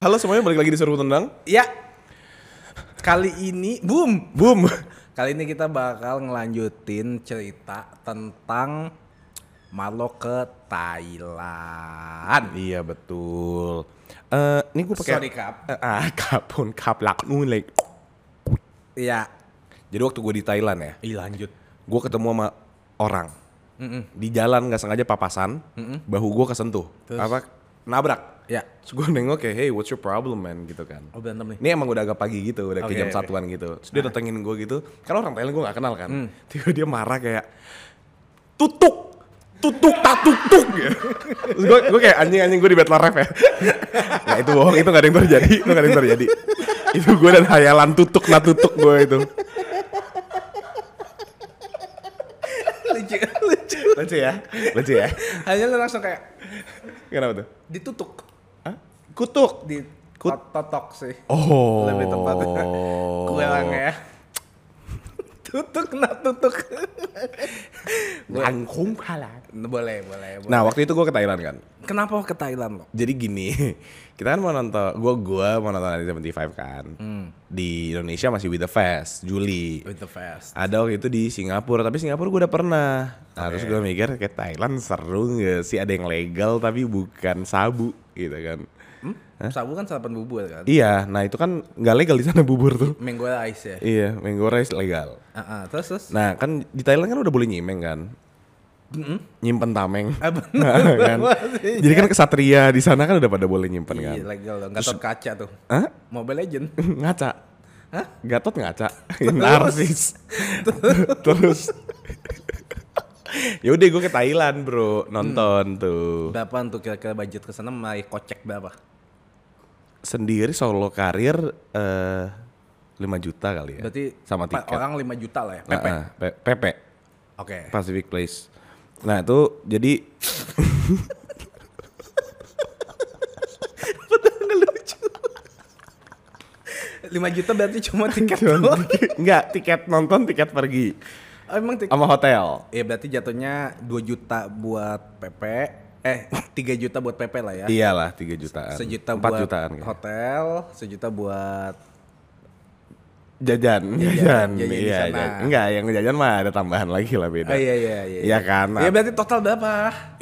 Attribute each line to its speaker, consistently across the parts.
Speaker 1: Halo semuanya, balik lagi di Seru Tendang.
Speaker 2: Ya. Kali ini boom.
Speaker 1: Boom.
Speaker 2: Kali ini kita bakal ngelanjutin cerita tentang Marlo ke Thailand.
Speaker 1: Iya betul. Eh, ini gue pakai.
Speaker 2: Sorry, Kap.
Speaker 1: Eh, ah, kapun kaplak nulek.
Speaker 2: Iya.
Speaker 1: Jadi waktu gue di Thailand ya,
Speaker 2: Ih lanjut.
Speaker 1: gue ketemu sama orang di jalan nggak sengaja papasan, bahu gue kesentuh, apa nabrak.
Speaker 2: Ya.
Speaker 1: Terus gue nengok kayak, hey what's your problem man gitu kan.
Speaker 2: Oh berantem nih.
Speaker 1: Ini emang udah agak pagi gitu, udah
Speaker 2: Oke,
Speaker 1: kayak jam
Speaker 2: oke. Nah.
Speaker 1: satuan gitu. Terus dia datengin gue gitu, karena orang Thailand gue gak kenal kan.
Speaker 2: Hmm.
Speaker 1: Tiba dia marah kayak, tutuk, tutuk, tak tutuk. gitu. Terus gue, gue kayak anjing-anjing gue di battle rap ya. ya itu bohong, itu gak ada yang terjadi, itu gak ada yang terjadi. itu gue dan hayalan tutuk, nah tutuk gue itu.
Speaker 2: lucu, lucu.
Speaker 1: Lucu ya, lucu ya.
Speaker 2: Hanya lu langsung kayak
Speaker 1: Kenapa tuh?
Speaker 2: ditutuk,
Speaker 1: Hah? Kutuk.
Speaker 2: di
Speaker 1: Kut-
Speaker 2: tot- totok sih.
Speaker 1: Oh.
Speaker 2: Lebih tepatnya. Gue lang ya. tutuk nah tutuk.
Speaker 1: Langkung kalah.
Speaker 2: boleh, boleh, boleh.
Speaker 1: Nah waktu itu gue ke Thailand kan.
Speaker 2: Kenapa ke Thailand lo?
Speaker 1: jadi gini, kita kan mau nonton, gua gua mau nonton 75 kan. Di Indonesia masih With The Fest, Juli.
Speaker 2: With the fast.
Speaker 1: Ada waktu itu di Singapura, tapi Singapura gua udah pernah. Nah, terus gua mikir kayak Thailand seru gak sih ada yang legal tapi bukan sabu gitu kan.
Speaker 2: Sabu kan sarapan bubur kan?
Speaker 1: Iya, nah itu kan nggak legal di sana bubur tuh.
Speaker 2: Mango ice ya.
Speaker 1: iya, mango rice legal.
Speaker 2: Ah, ah, terus terus.
Speaker 1: Nah, kan di Thailand kan udah boleh nyimeng kan? Nyimpen tameng.
Speaker 2: Ah, bener.
Speaker 1: Nah, kan?
Speaker 2: Maksudnya.
Speaker 1: Jadi kan kesatria di sana kan udah pada boleh nyimpen kan.
Speaker 2: Iya, legal dong. Gatot kaca tuh.
Speaker 1: Hah?
Speaker 2: Mobile Legend.
Speaker 1: ngaca
Speaker 2: Hah?
Speaker 1: Gatot ngaca narsis terus yaudah gue ke Thailand bro nonton
Speaker 2: Hmm.
Speaker 1: tuh
Speaker 2: Berapa untuk kira-kira budget ke sana mari kocek berapa?
Speaker 1: sendiri solo karir eh 5 juta kali ya
Speaker 2: Berarti
Speaker 1: sama
Speaker 2: empat
Speaker 1: tiket
Speaker 2: orang 5 juta lah ya.
Speaker 1: PP
Speaker 2: PP.
Speaker 1: PP
Speaker 2: Oke.
Speaker 1: Pacific Place nah itu jadi
Speaker 2: lima 5 juta berarti cuma tiket doang.
Speaker 1: enggak tiket nonton tiket pergi
Speaker 2: Oh, emang tiket.
Speaker 1: sama hotel
Speaker 2: Iya, berarti jatuhnya 2 juta buat PP. Eh, 3 juta buat PP lah ya.
Speaker 1: iyalah 3 jutaan 4
Speaker 2: Sejuta buat
Speaker 1: Iya. jutaan iya. kayaknya.
Speaker 2: hotel, sejuta buat
Speaker 1: jajan jajan,
Speaker 2: jajan di
Speaker 1: iya
Speaker 2: sana.
Speaker 1: jajan. enggak yang jajan mah ada tambahan lagi lah beda
Speaker 2: Oh iya iya iya.
Speaker 1: Iya kan?
Speaker 2: Iya berarti total berapa?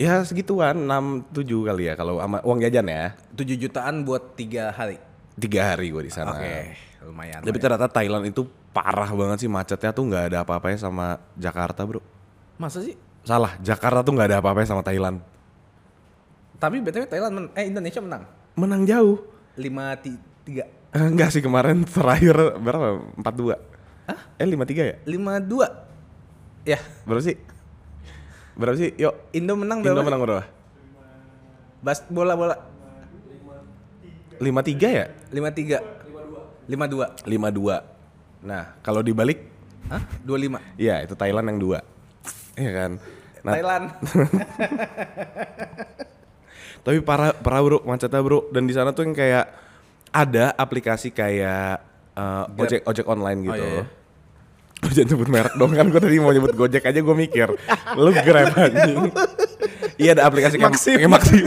Speaker 1: ya segituan 6 7 kali ya kalau sama uang jajan ya
Speaker 2: 7 jutaan buat 3 hari.
Speaker 1: tiga hari gue di sana
Speaker 2: Oke, lumayan.
Speaker 1: tapi ternyata Thailand itu parah banget sih macetnya tuh nggak ada apa-apanya sama Jakarta bro
Speaker 2: Masa sih?
Speaker 1: salah Jakarta tuh nggak ada apa-apanya sama Thailand
Speaker 2: Tapi BTW Thailand men- eh Indonesia menang.
Speaker 1: menang jauh
Speaker 2: 5 ti- 3
Speaker 1: Eh, enggak sih kemarin terakhir berapa 42 Hah? eh 53 ya
Speaker 2: 5-2. Ya,
Speaker 1: berapa sih berapa sih yuk
Speaker 2: Indo menang
Speaker 1: Indo
Speaker 2: berapa?
Speaker 1: menang berapa
Speaker 2: Bas bola bola
Speaker 1: 53 ya
Speaker 2: 5-3. 5-2.
Speaker 1: 52 nah kalau dibalik
Speaker 2: Hah? 25.
Speaker 1: Iya, itu Thailand yang dua. Iya kan. Nah,
Speaker 2: Thailand.
Speaker 1: tapi para para bro macetnya bro dan di sana tuh yang kayak ada aplikasi kayak eh, ojek ojek online gitu.
Speaker 2: iya, iya.
Speaker 1: Lu jangan nyebut merek dong kan gue tadi mau nyebut Gojek aja gue mikir Lu Grab anjing Iya ada aplikasi kayak
Speaker 2: Maxim.
Speaker 1: kayak Maxim.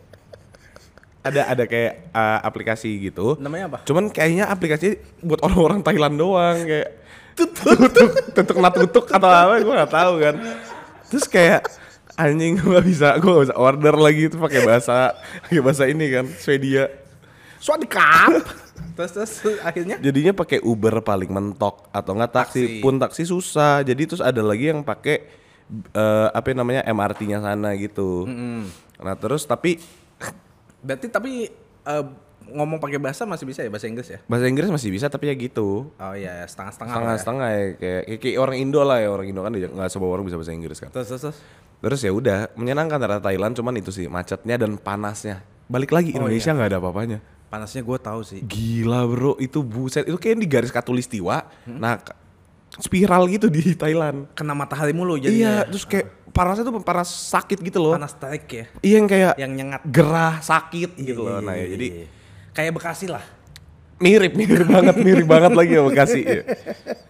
Speaker 1: Ada ada kayak eh, aplikasi gitu
Speaker 2: Namanya apa?
Speaker 1: Cuman kayaknya aplikasi buat orang-orang Thailand doang kayak tutuk tutuk tutuk nat tutuk atau apa gue nggak tahu kan. Terus kayak anjing gue nggak bisa gue nggak bisa order lagi itu pakai bahasa pakai bahasa ini kan Swedia. Swadikap.
Speaker 2: terus terus terus, akhirnya
Speaker 1: Jadinya pakai Uber paling mentok atau enggak taksi,
Speaker 2: Taksi.
Speaker 1: pun taksi susah. Jadi terus ada lagi yang pakai eh, apa namanya MRT-nya sana gitu. Nah terus tapi
Speaker 2: berarti tapi eh, ngomong pakai bahasa masih bisa ya bahasa Inggris ya?
Speaker 1: bahasa Inggris masih bisa tapi ya gitu.
Speaker 2: Oh iya, setengah-setengah. lah ya.
Speaker 1: setengah-setengah ya kayak, kayak- kayak orang Indo lah ya orang Indo kan dia- nggak semua orang bisa bahasa Inggris kan
Speaker 2: Terus terus terus.
Speaker 1: terus ya udah menyenangkan ternyata Thailand cuman itu sih macetnya dan panasnya balik
Speaker 2: Oh, iya.
Speaker 1: lagi Indonesia nggak ada apa-apanya
Speaker 2: Panasnya gue tahu sih.
Speaker 1: gila bro itu buset itu kayak di garis katulistiwa
Speaker 2: Hmm.
Speaker 1: nah k- spiral gitu di Thailand
Speaker 2: Kena matahari mulu
Speaker 1: iya
Speaker 2: jadinya.
Speaker 1: terus kayak panasnya tuh panas sakit gitu loh
Speaker 2: Panas terik ya.
Speaker 1: iya yang kayak
Speaker 2: Yang nyengat
Speaker 1: gerah sakit gitu loh
Speaker 2: Iya,
Speaker 1: nah ya
Speaker 2: iya,
Speaker 1: jadi
Speaker 2: iya. kayak Bekasi lah.
Speaker 1: mirip mirip banget mirip banget lagi ya Bekasi Iya.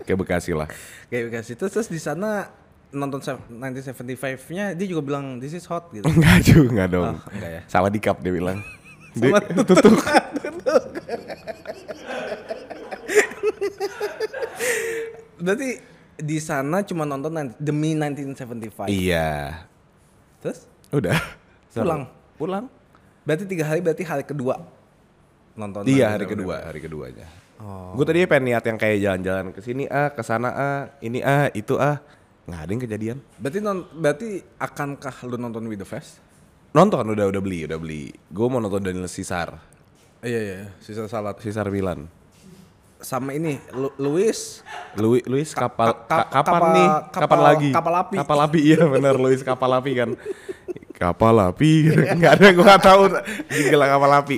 Speaker 1: kayak Bekasi lah
Speaker 2: Kayak Bekasi. Terus terus di sana nonton 1975-nya dia juga bilang this is hot gitu.
Speaker 1: Enggak juga dong.
Speaker 2: enggak ya.
Speaker 1: Salah dikap dia bilang. Di-
Speaker 2: Sama tutuk. Berarti di sana cuma nonton nan- demi 1975.
Speaker 1: Iya.
Speaker 2: Terus
Speaker 1: Udah.
Speaker 2: Pulang.
Speaker 1: Pulang.
Speaker 2: berarti tiga hari berarti hari kedua nonton.
Speaker 1: Iya hari kedua, hari keduanya.
Speaker 2: Oh.
Speaker 1: Gue tadi pengen niat yang kayak jalan-jalan ke sini ah, ke sana ah, ini ah, itu ah. Nggak ada yang kejadian.
Speaker 2: Berarti non, berarti akankah lu nonton With the Fest?
Speaker 1: Nonton udah udah beli, udah beli. Gue mau nonton Daniel Caesar,
Speaker 2: Iya iya, sisa salat.
Speaker 1: Caesar Milan.
Speaker 2: Sama ini Lu- Luis
Speaker 1: Louis, Louis kapal,
Speaker 2: ka-
Speaker 1: ka- kapan
Speaker 2: kapal-
Speaker 1: nih? Kapan
Speaker 2: kapal-
Speaker 1: lagi?
Speaker 2: kapal api.
Speaker 1: Kapal api, iya benar Louis kapal api kan. Kapal api, gitu. nggak ada gue nggak tahu jingle kapal api.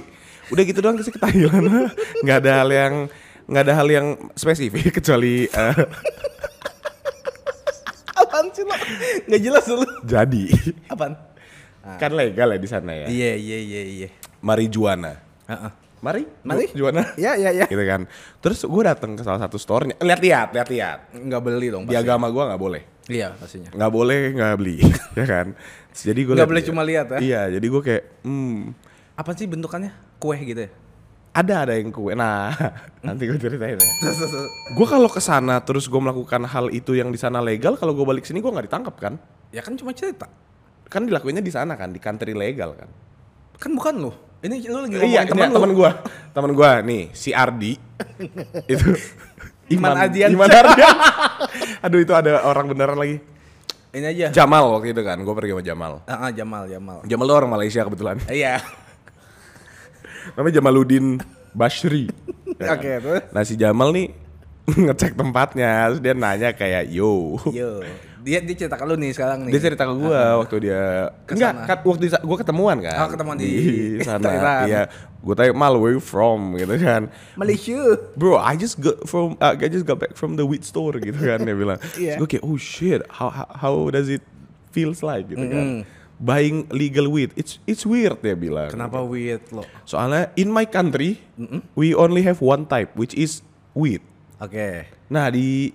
Speaker 1: Udah gitu doang sih ke Thailand, nggak ada hal yang nggak ada hal yang spesifik kecuali eh,
Speaker 2: Apaan sih lo? Nggak jelas dulu.
Speaker 1: jadi
Speaker 2: Apaan? Ah.
Speaker 1: kan legal ya di sana ya.
Speaker 2: Iya iya iya iya.
Speaker 1: marijuana.
Speaker 2: Heeh.
Speaker 1: Mari,
Speaker 2: Mari.
Speaker 1: juana.
Speaker 2: Iya iya iya.
Speaker 1: gitu kan. Terus gue datang ke salah satu store-nya. Lihat-lihat, lihat-lihat.
Speaker 2: Nggak beli dong
Speaker 1: Di
Speaker 2: pasti.
Speaker 1: agama gue nggak boleh,
Speaker 2: Iya pastinya.
Speaker 1: nggak boleh nggak beli, ya kan. Terus jadi gue
Speaker 2: Nggak boleh cuma lihat, ya?
Speaker 1: Iya, jadi gue kayak, hmm,
Speaker 2: Apa sih bentukannya? Kue gitu ya?
Speaker 1: ada ada yang kue. Nah, nanti gue ceritain ya. Gue kalau ke sana terus gue melakukan hal itu yang di sana legal, kalau gue balik sini gue nggak ditangkap kan?
Speaker 2: ya kan cuma cerita.
Speaker 1: Kan dilakuinnya di sana kan, di country legal kan.
Speaker 2: Kan bukan lu. Ini lu lagi ngomongin
Speaker 1: Iya,
Speaker 2: temen
Speaker 1: teman
Speaker 2: lu.
Speaker 1: teman gua. Teman gua nih, si Ardi. itu
Speaker 2: Iman Ardian.
Speaker 1: Iman Ardian. Aduh itu ada orang beneran lagi.
Speaker 2: Ini aja.
Speaker 1: Jamal waktu itu kan, gua pergi sama Jamal.
Speaker 2: Ah, ah, Jamal, Jamal.
Speaker 1: Jamal tuh orang Malaysia kebetulan.
Speaker 2: Iya.
Speaker 1: Namanya Jamaluddin Bashri. Ya kan?
Speaker 2: Oke, terus?
Speaker 1: Nah si Jamal nih ngecek tempatnya, terus dia nanya kayak, yo.
Speaker 2: Yo, dia dia cerita ke lu nih sekarang nih.
Speaker 1: Dia cerita ke gue waktu dia enggak
Speaker 2: Iya. sana.
Speaker 1: kan waktu gue ketemuan kan.
Speaker 2: Oh, ketemuan di Thailand.
Speaker 1: sana. Iya, gue tanya Mal where you from gitu kan.
Speaker 2: Malaysia.
Speaker 1: bro I just got from uh, I just got back from the wheat store gitu kan dia bilang
Speaker 2: Iya.
Speaker 1: oke oh shit how how how does it feels like gitu kan buying legal wheat it's it's weird dia bilang
Speaker 2: Kenapa weird lo?
Speaker 1: soalnya in my country we only have one type which is wheat
Speaker 2: Oke.
Speaker 1: nah di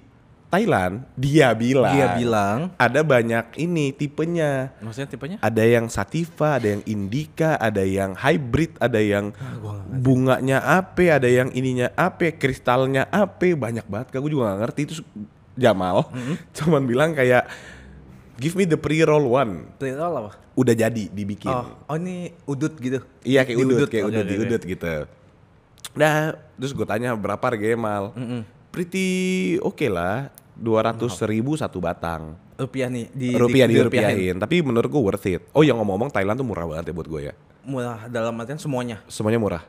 Speaker 1: Thailand dia bilang
Speaker 2: Dia bilang
Speaker 1: ada banyak ini tipenya
Speaker 2: maksudnya tipenya?
Speaker 1: ada yang sativa, ada yang indica, ada yang hybrid, ada yang bunganya ape, ada yang ininya ape, kristalnya ape, banyak banget. Kak, gue juga gak ngerti itu Jamal. Cuman bilang kayak give me the pre-roll one.
Speaker 2: Cerita lo apa?
Speaker 1: Udah jadi dibikin.
Speaker 2: Oh, oh ini udut gitu.
Speaker 1: Iya kayak udut,
Speaker 2: Diudut. Oh,
Speaker 1: kayak
Speaker 2: Oke,
Speaker 1: udut,
Speaker 2: oke,
Speaker 1: diudut gitu. Nah, terus gue tanya berapa harganya mal? Pretty oke lah, 200 ribu satu batang.
Speaker 2: Rupiah nih di di-
Speaker 1: Rupiah iya. di,
Speaker 2: dirupiahin.
Speaker 1: rupiahin. tapi menurut gue worth it. Oh yang ngomong-ngomong Thailand tuh murah banget ya buat gue ya.
Speaker 2: Murah dalam artian semuanya.
Speaker 1: semuanya murah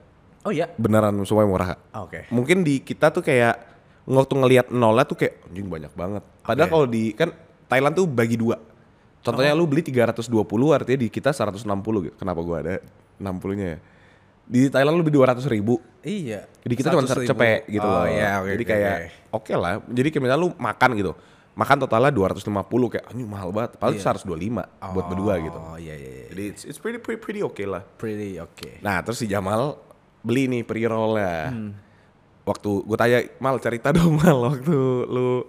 Speaker 2: Oh iya.
Speaker 1: beneran semuanya murah Kak.
Speaker 2: Oke.
Speaker 1: mungkin di kita tuh kayak waktu ngelihat nolnya tuh kayak anjing banyak banget padahal kalau di kan Thailand tuh bagi dua contohnya lu beli 320 artinya di kita 160 gitu kenapa gua ada 60 nya ya di Thailand lu beli 200 ribu
Speaker 2: Iya.
Speaker 1: jadi kita cuma
Speaker 2: 100.000.
Speaker 1: cepet gitu
Speaker 2: oh,
Speaker 1: loh.
Speaker 2: Iya, oke,
Speaker 1: jadi
Speaker 2: oke,
Speaker 1: kayak
Speaker 2: oke.
Speaker 1: oke lah. Jadi kayak misalnya lu makan gitu. Makan totalnya 250 kayak anjing mahal banget. Paling 125 buat berdua gitu.
Speaker 2: Oh iya iya. iya.
Speaker 1: Jadi it's, it's pretty pretty, pretty oke lah.
Speaker 2: Pretty oke.
Speaker 1: Nah terus si Jamal beli nih pre-roll ya. Waktu gue tanya Mal cerita dong Mal waktu lu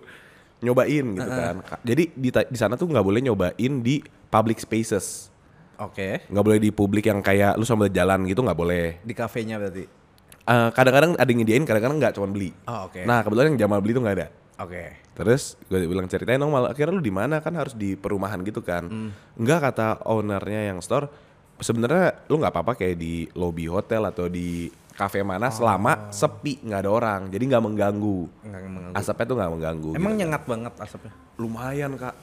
Speaker 1: nyobain gitu kan. Ka- Jadi di ta- di sana tuh nggak boleh nyobain di public spaces.
Speaker 2: Oke.
Speaker 1: Nggak boleh di publik yang kayak lu sambil jalan gitu nggak boleh.
Speaker 2: Di kafenya berarti.
Speaker 1: Eh, kadang-kadang ada yang nyediain, kadang-kadang nggak cuman beli.
Speaker 2: Oh, oke.
Speaker 1: Nah kebetulan yang Jamal beli tuh nggak ada.
Speaker 2: Oke.
Speaker 1: Terus gue bilang ceritain dong Mal, akhirnya lu di mana kan harus di perumahan gitu kan. Enggak kata ownernya yang store, sebenarnya lu nggak apa-apa kayak di lobby hotel atau di kafe mana selama sepi nggak ada orang. Jadi nggak Ah. mengganggu.
Speaker 2: Nggak mengganggu.
Speaker 1: Asapnya tuh nggak mengganggu.
Speaker 2: Emang
Speaker 1: gitu.
Speaker 2: nyengat banget asapnya.
Speaker 1: lumayan, Kak.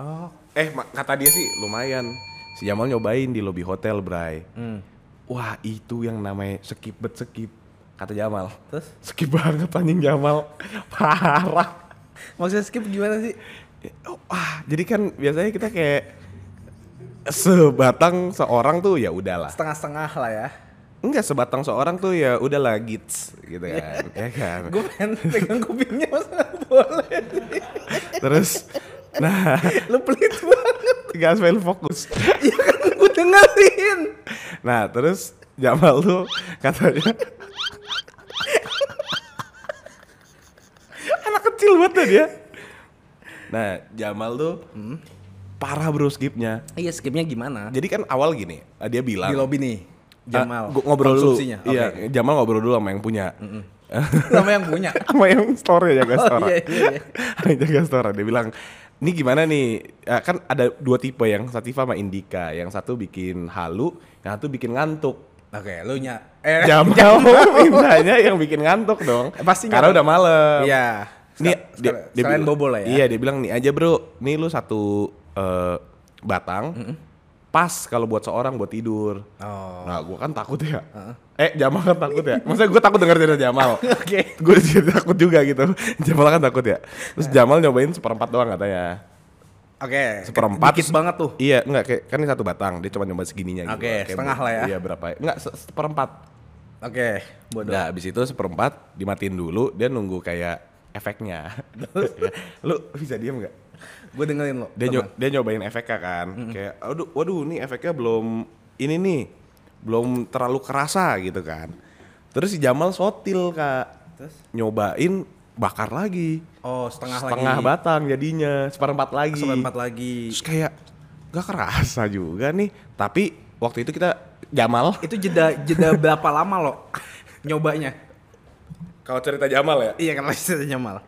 Speaker 2: Oh.
Speaker 1: Eh, ma- kata dia sih lumayan. Si Jamal nyobain di lobby hotel, Bray. Wah, itu yang namanya sekibet sekip. Kata Jamal.
Speaker 2: Terus?
Speaker 1: Sekip banget anjing Jamal. Parah.
Speaker 2: Maksudnya skip gimana sih?
Speaker 1: Oh, ah, jadi kan biasanya kita kayak sebatang seorang tuh ya udahlah.
Speaker 2: Setengah-setengah lah ya.
Speaker 1: Enggak sebatang seorang tuh ya udahlah gits gitu kan. ya kan.
Speaker 2: Gue pengen pegang kupingnya masa nggak boleh.
Speaker 1: Terus nah
Speaker 2: Lu pelit banget.
Speaker 1: gas fail fokus.
Speaker 2: Ya kan gue dengerin.
Speaker 1: Nah, terus Jamal tuh katanya anak kecil banget dah dia. Nah, Jamal tuh parah bro skipnya.
Speaker 2: Iya skipnya gimana?
Speaker 1: Jadi kan awal gini, dia bilang
Speaker 2: Di lobby nih.
Speaker 1: Ah,
Speaker 2: Jamal.
Speaker 1: Gua ngobrol dulu.
Speaker 2: Konsumsinya, oke.
Speaker 1: Iya, Jamal ngobrol dulu sama yang punya.
Speaker 2: Sama yang punya.
Speaker 1: sama yang store ya jaga
Speaker 2: Oh,
Speaker 1: store.
Speaker 2: iya, iya, iya.
Speaker 1: Yang jaga store dia bilang, "Ini gimana nih? Eh, kan ada dua tipe yang Sativa sama Indika. Yang satu bikin halu, yang satu bikin ngantuk."
Speaker 2: Oke, lu nya. Eh,
Speaker 1: Jamal mintanya yang bikin ngantuk dong.
Speaker 2: Pasti
Speaker 1: Karena
Speaker 2: ngantuk.
Speaker 1: udah malam.
Speaker 2: Iya.
Speaker 1: Nih,
Speaker 2: Sekal-
Speaker 1: dia,
Speaker 2: sekal-
Speaker 1: dia
Speaker 2: sekalian
Speaker 1: bilang-
Speaker 2: bobo lah ya.
Speaker 1: Iya, dia bilang nih aja bro, nih lu satu eh, batang, pas kalau buat seorang buat tidur.
Speaker 2: Oh.
Speaker 1: Nah, gua kan takut ya. Eh, Jamal kan takut ya. Maksudnya gua takut denger cerita Jamal. Oke. Gua jadi takut juga gitu. Jamal kan takut ya. Terus
Speaker 2: Nah.
Speaker 1: Jamal nyobain seperempat doang katanya.
Speaker 2: Oke.
Speaker 1: Seperempat.
Speaker 2: Dikit banget tuh.
Speaker 1: Iya, enggak kayak kan ini satu batang, dia cuma nyoba segininya gitu.
Speaker 2: Oke,
Speaker 1: Kayak
Speaker 2: setengah
Speaker 1: bu-
Speaker 2: lah ya.
Speaker 1: Iya, berapa ya? Enggak, se- seperempat.
Speaker 2: Oke, bodoh.
Speaker 1: Nah, abis itu seperempat dimatiin dulu, dia nunggu kayak efeknya. Lu bisa diem nggak?
Speaker 2: Gue dengerin lo.
Speaker 1: dia, nyo- dia nyobain efeknya kan kayak aduh waduh nih efeknya belum ini nih belum terlalu kerasa gitu kan terus si Jamal sotil kak nyobain bakar lagi
Speaker 2: Oh, setengah,
Speaker 1: setengah
Speaker 2: lagi.
Speaker 1: batang jadinya seperempat lagi
Speaker 2: Seperempat lagi.
Speaker 1: terus kayak gak kerasa juga nih tapi waktu itu kita Jamal
Speaker 2: Itu jeda jeda berapa lama lo nyobanya?
Speaker 1: kalau cerita Jamal ya
Speaker 2: Iya kan lagi nyamal.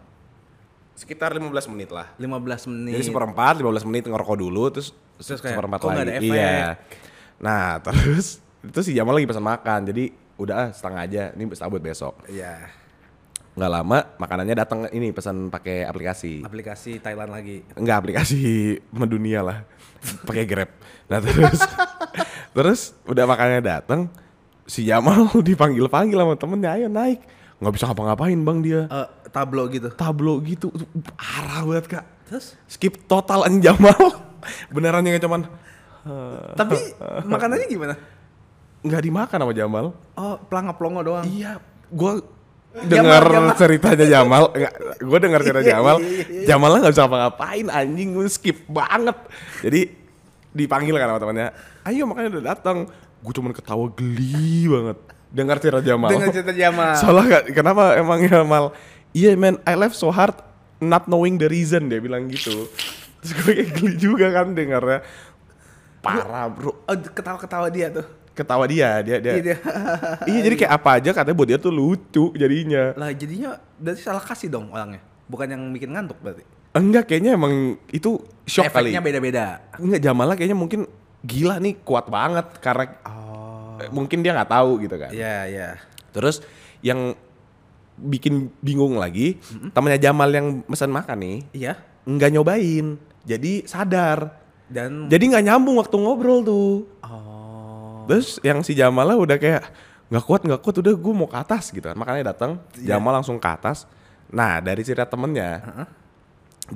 Speaker 1: sekitar 15 menit lah
Speaker 2: 15 menit.
Speaker 1: Jadi seperempat, 15 menit ngerokok dulu, terus,
Speaker 2: Iya. Terus kayak,
Speaker 1: seperempat
Speaker 2: kok
Speaker 1: lagi.
Speaker 2: nggak ada efek?
Speaker 1: Iya. Nah, terus itu si Jamal lagi pesan makan. Jadi udah ah, setengah aja, ini bisa buat besok.
Speaker 2: Iya.
Speaker 1: Nggak lama makanannya datang ini pesan pakai aplikasi.
Speaker 2: Aplikasi Thailand lagi.
Speaker 1: Enggak aplikasi mendunia lah. pakai Grab. Nah, terus terus udah makanannya datang, si Jamal dipanggil-panggil sama temennya, ayo naik. Nggak bisa ngapa-ngapain bang dia.
Speaker 2: Eh, tablo gitu.
Speaker 1: Tablo gitu, arah banget kak.
Speaker 2: Terus
Speaker 1: skip total anjing Jamal beneran yang cuman
Speaker 2: tapi makanannya gimana?
Speaker 1: nggak dimakan sama Jamal
Speaker 2: Oh, pelangap plongo doang.
Speaker 1: iya gua dengar
Speaker 2: Jamal.
Speaker 1: ceritanya Jamal Nggak, gua dengar cerita
Speaker 2: Iya,
Speaker 1: Jamal
Speaker 2: iya, iya, iya.
Speaker 1: Jamalnya nggak bisa ngapain anjing gua skip banget jadi dipanggil kan sama temannya ayo makanya udah datang gua cuman ketawa geli banget dengar cerita Jamal
Speaker 2: Dengan cerita Jamal.
Speaker 1: Salah gak? Kenapa emang Jamal? Iya man, I left so hard not knowing the reason dia bilang gitu. Terus gue kayak geli juga kan dengarnya. Parah bro.
Speaker 2: Oh, ketawa-ketawa dia tuh.
Speaker 1: Ketawa dia, dia dia.
Speaker 2: Iya, dia.
Speaker 1: iya jadi kayak apa aja katanya buat dia tuh lucu jadinya.
Speaker 2: Lah jadinya berarti salah kasih dong orangnya. Bukan yang bikin ngantuk berarti.
Speaker 1: Enggak kayaknya emang itu shock kali.
Speaker 2: Efeknya beda-beda.
Speaker 1: Enggak Jamal kayaknya mungkin gila nih kuat banget karena eh, mungkin dia nggak tahu gitu kan.
Speaker 2: Iya, Oh, iya.
Speaker 1: Terus yang bikin bingung lagi temannya Jamal yang pesan makan nih
Speaker 2: Iya.
Speaker 1: nggak nyobain jadi sadar Hmm.
Speaker 2: Dan
Speaker 1: jadi nggak nyambung waktu ngobrol tuh
Speaker 2: oh.
Speaker 1: terus yang si Jamal lah udah kayak nggak kuat nggak kuat udah gue mau ke atas gitu kan makanya datang
Speaker 2: Iya.
Speaker 1: Jamal langsung ke atas nah dari cerita temennya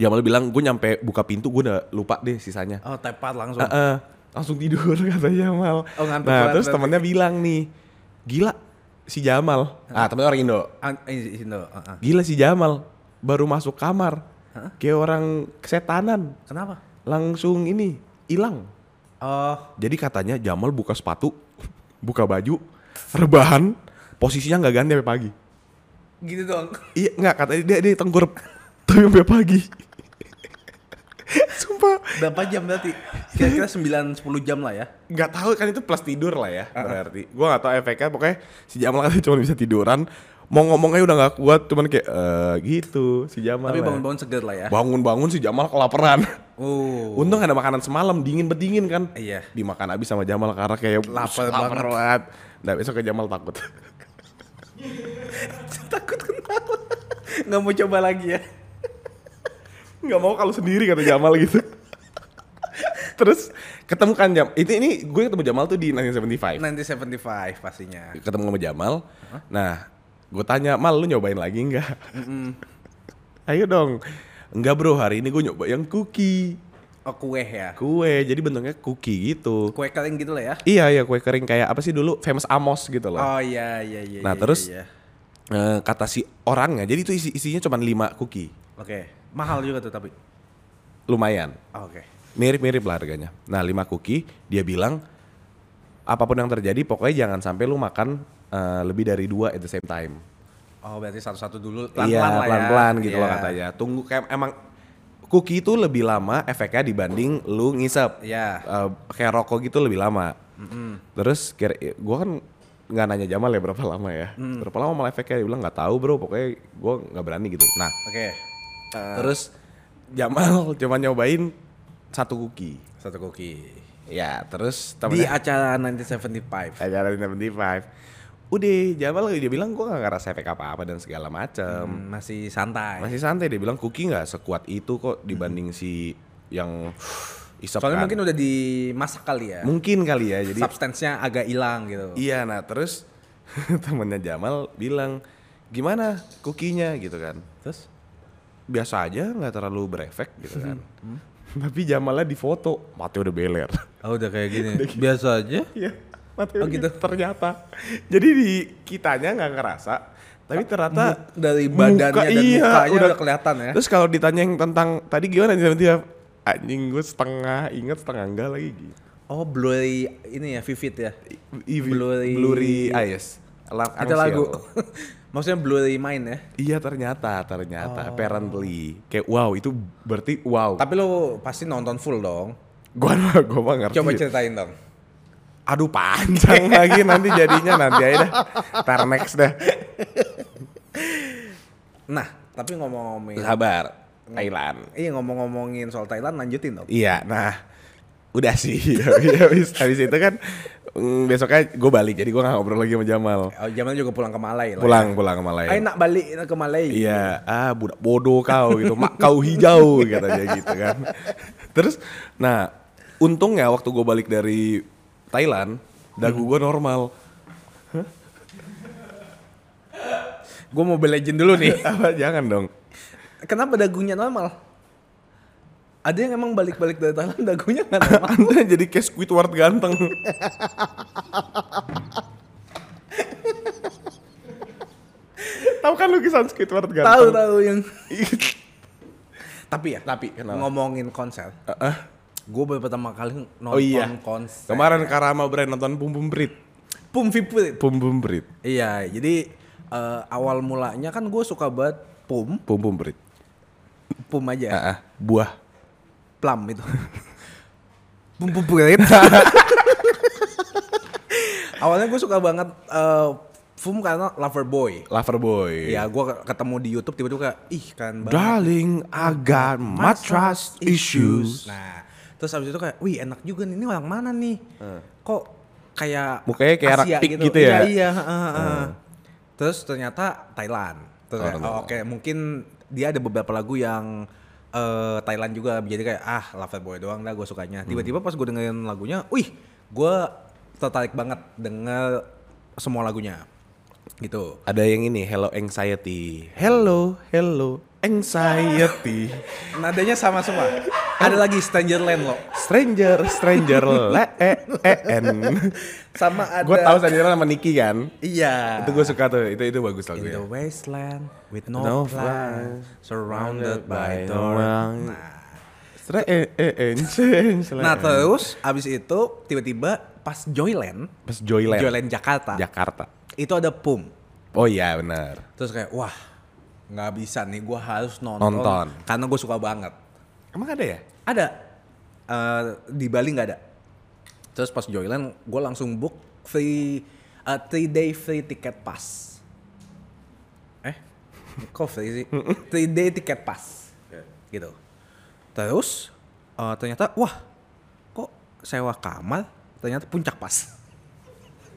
Speaker 1: Jamal bilang gue nyampe buka pintu gue udah lupa deh sisanya
Speaker 2: Oh, tepat langsung.
Speaker 1: Heeh, langsung tidur kata Jamal
Speaker 2: Oh, ngantuk
Speaker 1: nah
Speaker 2: banget
Speaker 1: terus
Speaker 2: berarti.
Speaker 1: temennya bilang nih gila si Jamal ah temennya orang Indo
Speaker 2: An- eh, Indo, heeh.
Speaker 1: gila si Jamal baru masuk kamar kayak orang kesetanan
Speaker 2: Kenapa?
Speaker 1: langsung ini hilang.
Speaker 2: Oh,
Speaker 1: Jadi katanya Jamal buka sepatu, buka baju, rebahan, posisinya nggak ganti sampai pagi.
Speaker 2: gitu dong.
Speaker 1: Iya nggak katanya dia dia tengkurap tapi sampai pagi. Sumpah
Speaker 2: Berapa jam berarti? Kira-kira 9 10 jam lah ya.
Speaker 1: nggak tahu kan itu plus tidur lah ya berarti. Gua nggak tahu efeknya pokoknya si Jamal katanya cuma bisa tiduran. Mau ngomongnya udah nggak kuat cuman kayak eh, gitu si Jamal. ya.
Speaker 2: Tapi bangun-bangun seger lah ya.
Speaker 1: Bangun-bangun si Jamal kelaparan.
Speaker 2: Oh.
Speaker 1: Untung ada makanan semalam dingin berdingin kan.
Speaker 2: Iya.
Speaker 1: Dimakan habis sama Jamal karena kayak
Speaker 2: Lapar
Speaker 1: "Bus,
Speaker 2: banget."
Speaker 1: banget. Nah besok ke Jamal takut.
Speaker 2: Takut kenapa? Nggak mau coba lagi ya.
Speaker 1: Nggak mau kalau sendiri kata Jamal gitu. Terus ketemu kan Jam. Ini ini gue ketemu Jamal tuh di 1975.
Speaker 2: 1975 pastinya.
Speaker 1: Ketemu sama Jamal. Nah gue tanya Mal lu nyobain lagi nggak? Ayo dong. Enggak bro hari ini gue nyoba yang cookie
Speaker 2: Oh, kue ya.
Speaker 1: kue jadi bentuknya cookie gitu
Speaker 2: Kue kering gitu lah ya.
Speaker 1: iya ya kue kering kayak apa sih dulu famous Amos gitu loh
Speaker 2: Oh iya iya iya.
Speaker 1: Nah,
Speaker 2: iya,
Speaker 1: terus-
Speaker 2: iya.
Speaker 1: Eh, kata si orangnya. Jadi itu isi isinya cuma 5 cookie.
Speaker 2: Oke, mahal juga tuh tapi.
Speaker 1: Lumayan.
Speaker 2: Oh, Oke.
Speaker 1: Mirip-mirip lah harganya. Nah, 5 cookie dia bilang apapun yang terjadi pokoknya jangan sampai lu makan eh, lebih dari dua at the same time.
Speaker 2: Oh, berarti satu-satu dulu
Speaker 1: iya,
Speaker 2: pelan-pelan lah ya.
Speaker 1: pelan-pelan gitu loh
Speaker 2: Iya.
Speaker 1: katanya. Tunggu kayak emang cookie itu lebih lama efeknya dibanding lu ngisep.
Speaker 2: Iya.
Speaker 1: Eh, kayak rokok gitu lebih lama. Terus kira gue kan nggak nanya Jamal ya berapa lama ya.
Speaker 2: Mm.
Speaker 1: Berapa lama malah efeknya dia bilang nggak tahu bro, pokoknya gue nggak berani gitu. Nah,
Speaker 2: Oke. Eh.
Speaker 1: terus Jamal cuma nyobain satu cookie.
Speaker 2: Satu koki.
Speaker 1: Ya, terus
Speaker 2: Di
Speaker 1: temennya
Speaker 2: acara 1975.
Speaker 1: acara 75. Udah, Jamal dia bilang gue gak ngerasa efek apa-apa dan segala macem.
Speaker 2: Hmm, masih santai.
Speaker 1: Masih santai dia bilang cookie nggak sekuat itu kok dibanding si yang isap
Speaker 2: Mhm. Soalnya
Speaker 1: kan.
Speaker 2: mungkin udah dimasak kali ya.
Speaker 1: Mungkin kali ya. Jadi
Speaker 2: Substansinya agak hilang gitu.
Speaker 1: Iya, nah terus temennya Jamal bilang gimana kukinya gitu kan. Terus biasa aja nggak terlalu berefek gitu kan.
Speaker 2: Mhm.
Speaker 1: Tapi Jamalnya difoto, mati udah beler.
Speaker 2: Oh udah kayak gini. Biasa aja.
Speaker 1: Iya, mati
Speaker 2: Oh,
Speaker 1: udah
Speaker 2: gitu.
Speaker 1: beler, Ternyata. Jadi di kitanya nggak ngerasa, tapi ternyata
Speaker 2: Dari
Speaker 1: muka-
Speaker 2: badannya dan
Speaker 1: iya,
Speaker 2: mukanya udah, kelihatan ya.
Speaker 1: Terus kalau ditanya yang tentang tadi gimana tiba-tiba anjing gue setengah inget setengah enggak lagi gitu.
Speaker 2: Oh blurry ini ya vivid ya.
Speaker 1: I-
Speaker 2: Blurry-
Speaker 1: blurry eyes. Love
Speaker 2: Ada
Speaker 1: Anxious.
Speaker 2: lagu. Maksudnya blurry main ya.
Speaker 1: Iya ternyata,
Speaker 2: Oh.
Speaker 1: ternyata, apparently. Kayak wow, itu berarti wow.
Speaker 2: Tapi lo pasti nonton full dong.
Speaker 1: gua mah gua mah ngerti.
Speaker 2: Coba ceritain dong.
Speaker 1: Aduh panjang lagi nanti jadinya nanti aja dah. Ntar next dah.
Speaker 2: Nah, tapi ngomong-ngomongin
Speaker 1: Sabar, Thailand.
Speaker 2: Iya ngomong-ngomongin soal Thailand lanjutin dong.
Speaker 1: Iya, nah udah sih. habis, habis itu kan mm, besoknya gue balik, jadi gua gak ngobrol lagi sama Jamal.
Speaker 2: Oh, zaman juga pulang ke Malai lah.
Speaker 1: Pulang, pulang ke Malaya.
Speaker 2: Ya. Ayo nak balik ke Malai.
Speaker 1: Iya, ah budak bodoh kau gitu, mak kau hijau katanya gitu kan. Terus, nah untungnya waktu gue balik dari Thailand, dagu
Speaker 2: Hmm.
Speaker 1: gue normal.
Speaker 2: Gue Mobile Legend dulu nih.
Speaker 1: Apa jangan dong?
Speaker 2: Kenapa dagunya normal? Ada yang emang balik-balik dari Thailand dagunya nggak normal.
Speaker 1: Anda jadi kayak Squidward ganteng. Tahu kan lukisan Squidward
Speaker 2: tahu
Speaker 1: ganteng?
Speaker 2: tahu yang. tapi ya.
Speaker 1: Tapi, kenapa?
Speaker 2: Ngomongin konser. Gue baru pertama kali nonton
Speaker 1: Oh iya.
Speaker 2: konser.
Speaker 1: Kemarin Karama Brand nonton Bum Bum Brit.
Speaker 2: Pum Vipurit.
Speaker 1: Bum Bum Brit.
Speaker 2: Iya, jadi eh, awal mulanya kan gue suka banget Pum,
Speaker 1: Bum Bum Brit.
Speaker 2: Pum aja.
Speaker 1: Ah, ah, buah.
Speaker 2: plum itu. Bumbu berit. Awalnya gue suka banget eh Fum karena lover boy.
Speaker 1: Lover Boy.
Speaker 2: Ya gue ketemu di YouTube tiba-tiba kayak ih kan banget.
Speaker 1: Darling, I got my trust issues.
Speaker 2: Nah, terus abis itu kayak wih enak juga nih ini orang mana nih? Kok
Speaker 1: Eh.
Speaker 2: kayak
Speaker 1: Mukanya kayak
Speaker 2: Asia
Speaker 1: raktik gitu ya?
Speaker 2: Iya iya. heeh, heeh. Terus ternyata Thailand. Terus
Speaker 1: Oh,
Speaker 2: kayak,
Speaker 1: Thailand.
Speaker 2: oh, oke mungkin dia ada beberapa lagu yang eh, Thailand juga jadi kayak ah Love Boy doang dah gue
Speaker 1: Hmm.
Speaker 2: sukanya. Tiba-tiba pas gue dengerin lagunya, wih gue tertarik banget denger semua lagunya gitu.
Speaker 1: Ada yang ini, Hello Anxiety. Hello, hello anxiety.
Speaker 2: Nadanya sama semua. Ada lagi Stranger Land loh.
Speaker 1: Stranger, stranger, le e e n.
Speaker 2: Sama ada
Speaker 1: Gue tahu Stranger sama Nicky kan.
Speaker 2: Iya.
Speaker 1: Itu gue suka tuh, itu itu bagus
Speaker 2: In
Speaker 1: lagunya.
Speaker 2: the wasteland with no,
Speaker 1: No
Speaker 2: plan, surrounded by
Speaker 1: by
Speaker 2: thorns.
Speaker 1: thorns.
Speaker 2: Nah,
Speaker 1: Stra e e n sen, sele-
Speaker 2: nah terus abis itu tiba-tiba pas Joyland,
Speaker 1: pas Joyland,
Speaker 2: Joyland Jakarta,
Speaker 1: Jakarta.
Speaker 2: itu ada PUM.
Speaker 1: Oh iya benar.
Speaker 2: Terus kayak wah nggak bisa nih, gue harus nonton,
Speaker 1: Nonton.
Speaker 2: karena gue suka banget.
Speaker 1: Emang ada ya?
Speaker 2: Ada Eh, di Bali nggak ada. Terus pas Joyland, gue langsung book free eh, three day free ticket pass. Eh, kok free sih? Three day ticket pass, gitu. Terus eh, ternyata wah kok sewa kamar ternyata puncak pas.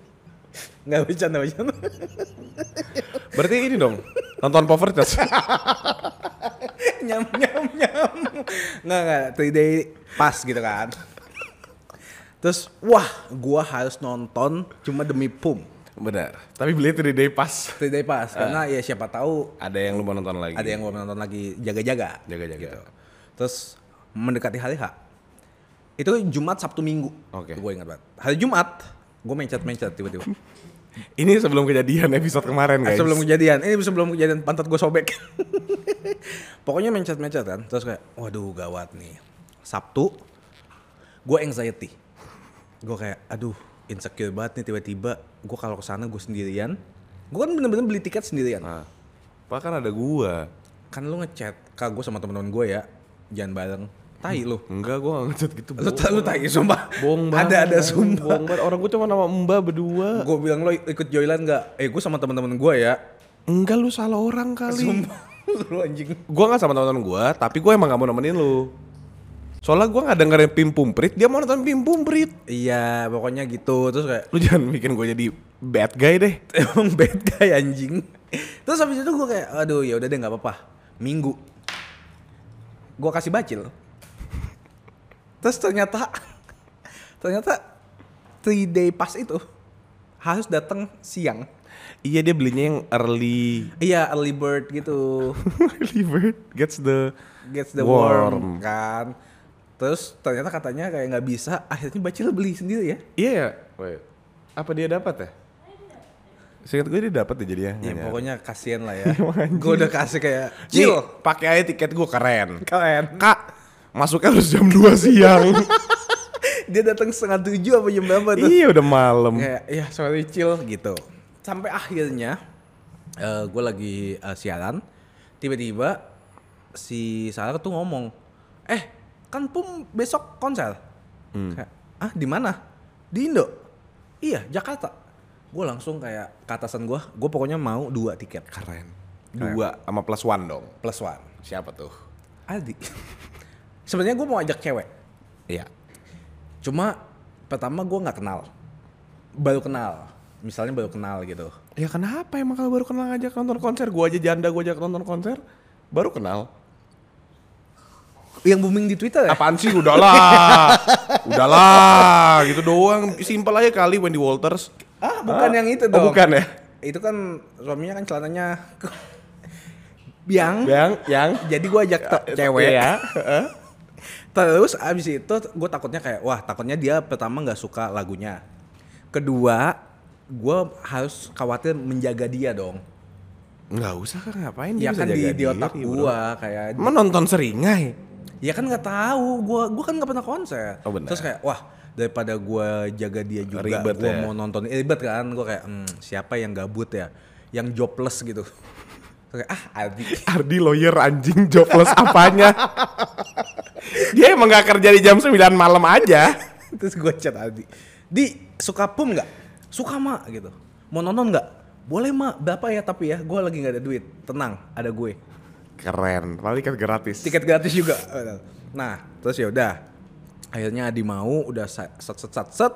Speaker 2: Nggak bercanda bercanda.
Speaker 1: Berarti ini dong, nonton Povertas.
Speaker 2: nyam nyam nyam nggak nggak three day pas gitu kan terus wah gua harus nonton cuma demi pum
Speaker 1: benar. Tapi beli 3 day pass.
Speaker 2: three day
Speaker 1: Eh.
Speaker 2: pas karena ya siapa tahu
Speaker 1: Ada yang lu mau nonton lagi?
Speaker 2: ada yang gua mau nonton lagi jaga-jaga Gitu.
Speaker 1: Jaga-jaga.
Speaker 2: terus mendekati hari H itu Jumat Sabtu Minggu
Speaker 1: Oke.
Speaker 2: gue ingat banget hari Jumat gue mencet mencet tiba-tiba
Speaker 1: Ini sebelum kejadian episode kemarin guys.
Speaker 2: sebelum kejadian ini sebelum kejadian pantat gue sobek pokoknya mencet mencet kan terus kayak waduh gawat nih sabtu gue anxiety gue kayak aduh insecure banget nih tiba-tiba gue kalau kesana gue sendirian gue kan bener-bener beli tiket sendirian
Speaker 1: Nah, Pak kan ada gua.
Speaker 2: kan lu ngechat kak gue sama temen-temen gue ya jangan bareng Tai lu.
Speaker 1: Enggak, gue gak ngechat gitu.
Speaker 2: Lu, ta- lu tai sumpah.
Speaker 1: Hmm. bohong banget.
Speaker 2: Ada ada
Speaker 1: anjing,
Speaker 2: sumpah.
Speaker 1: Bohong banget. Orang gue cuma nama Mbak berdua.
Speaker 2: Gue bilang lo ikut Joyland nggak? Eh gue sama teman-teman gue ya.
Speaker 1: Enggak, lu salah orang kali.
Speaker 2: Sumpah. lu anjing.
Speaker 1: Gue gak sama teman-teman gue, tapi gue emang gak mau nemenin lu. Soalnya gue gak dengerin Pim Pumprit, dia mau nonton Pim Pumprit.
Speaker 2: Iya pokoknya gitu. Terus kayak
Speaker 1: Lu jangan bikin gue jadi bad guy deh.
Speaker 2: emang bad guy anjing. Terus habis itu gue kayak aduh ya udah deh nggak apa-apa. Minggu. Gue kasih bacil. Terus ternyata ternyata 3 day pass itu harus datang siang.
Speaker 1: Iya, dia belinya yang early.
Speaker 2: Iya early bird gitu.
Speaker 1: early bird gets the...
Speaker 2: Gets the
Speaker 1: Worm.
Speaker 2: worm, kan. Terus ternyata katanya kayak nggak bisa. Akhirnya bacil beli sendiri ya.
Speaker 1: Iya ya? Wait. Apa dia dapat ya? Seingat gue dia dapat ya jadinya.
Speaker 2: Ya
Speaker 1: Nggak nyari.
Speaker 2: pokoknya kasihan lah ya. gue udah kasih kayak Cil.
Speaker 1: Nih, pakai aja tiket gue keren.
Speaker 2: Keren.
Speaker 1: Kak, masuknya harus jam 2 siang.
Speaker 2: Dia datang setengah tujuh apa jam berapa tuh?
Speaker 1: iya udah malam.
Speaker 2: kayak ya sorry Cil gitu. Sampai akhirnya eh gue lagi eh, siaran. Tiba-tiba si Sarah tuh ngomong, eh kan Pum besok konser. Kayak, ah di mana? Di Indo. Iya Jakarta. Gue langsung kayak ke atasan gue, gue pokoknya mau dua tiket. Keren. Dua
Speaker 1: Dua sama plus one dong.
Speaker 2: plus one.
Speaker 1: Siapa tuh?
Speaker 2: Aldi. Sebenarnya gue mau ajak cewek.
Speaker 1: Iya.
Speaker 2: Cuma pertama gue nggak kenal. Baru kenal. Misalnya baru kenal gitu.
Speaker 1: Ya kenapa emang kalau baru kenal ngajak nonton konser? Gue aja janda gue ajak nonton konser. Baru kenal.
Speaker 2: Yang booming di Twitter ya?
Speaker 1: Apaan sih? Udahlah. Udahlah. Gitu doang. Simpel aja kali Wendy Walters.
Speaker 2: Ah, bukan yang itu
Speaker 1: Oh
Speaker 2: dong.
Speaker 1: bukan ya?
Speaker 2: Itu kan suaminya kan celananya biang.
Speaker 1: Yang, yang.
Speaker 2: Jadi gue ajak te- cewek.
Speaker 1: Iya.
Speaker 2: Terus abis itu gue takutnya kayak wah takutnya dia pertama nggak suka lagunya. Kedua gue harus khawatir menjaga dia dong.
Speaker 1: Nggak usah kan ngapain dia
Speaker 2: Ya
Speaker 1: bisa
Speaker 2: kan di,
Speaker 1: jaga
Speaker 2: di
Speaker 1: diri,
Speaker 2: otak
Speaker 1: bro.
Speaker 2: gua kayak
Speaker 1: Emang nonton seringai?
Speaker 2: Ya kan nggak tahu, gua gua kan nggak pernah konser.
Speaker 1: Oh, benar.
Speaker 2: Terus kayak wah daripada gua jaga dia juga,
Speaker 1: Ribet
Speaker 2: gua
Speaker 1: ya.
Speaker 2: mau nonton eh, ribet kan, gua kayak hmm, siapa yang gabut ya, yang jobless gitu. Terus kayak ah Aldi,
Speaker 1: Ardi lawyer anjing jobless apanya? Dia emang gak kerja di jam 9 malam aja.
Speaker 2: terus gua chat Aldi, di suka pum nggak? Suka mak gitu. Mau nonton nggak? Boleh mak, berapa ya tapi ya, gua lagi nggak ada duit, tenang, ada gue.
Speaker 1: Keren, paling kan gratis.
Speaker 2: tiket gratis juga. Nah, terus ya udah. Akhirnya Adi mau udah sa- set set set set.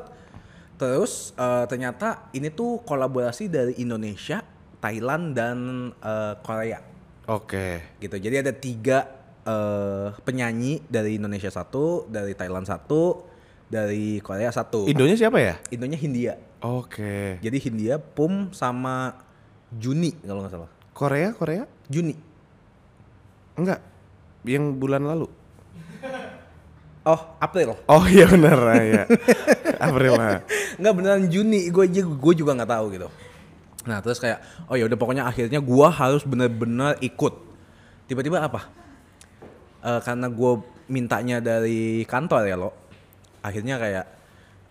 Speaker 2: Terus eh, ternyata ini tuh kolaborasi dari Indonesia, Thailand dan eh, Korea
Speaker 1: Oke.
Speaker 2: gitu. Jadi ada tiga eh, penyanyi dari Indonesia satu, dari Thailand satu, dari Korea satu.
Speaker 1: Indonya siapa ya?
Speaker 2: Indonya Hindia.
Speaker 1: Oke.
Speaker 2: Jadi Hindia, Pum sama Juni kalau nggak salah.
Speaker 1: Korea, Korea?
Speaker 2: Juni.
Speaker 1: Enggak. Yang bulan lalu.
Speaker 2: Oh, April.
Speaker 1: Oh iya benar ya. April lah.
Speaker 2: nggak beneran Juni gue aja gue juga nggak tahu gitu nah terus kayak oh ya udah pokoknya akhirnya gue harus bener-bener ikut tiba-tiba apa Eh, karena gue mintanya dari kantor ya lo akhirnya kayak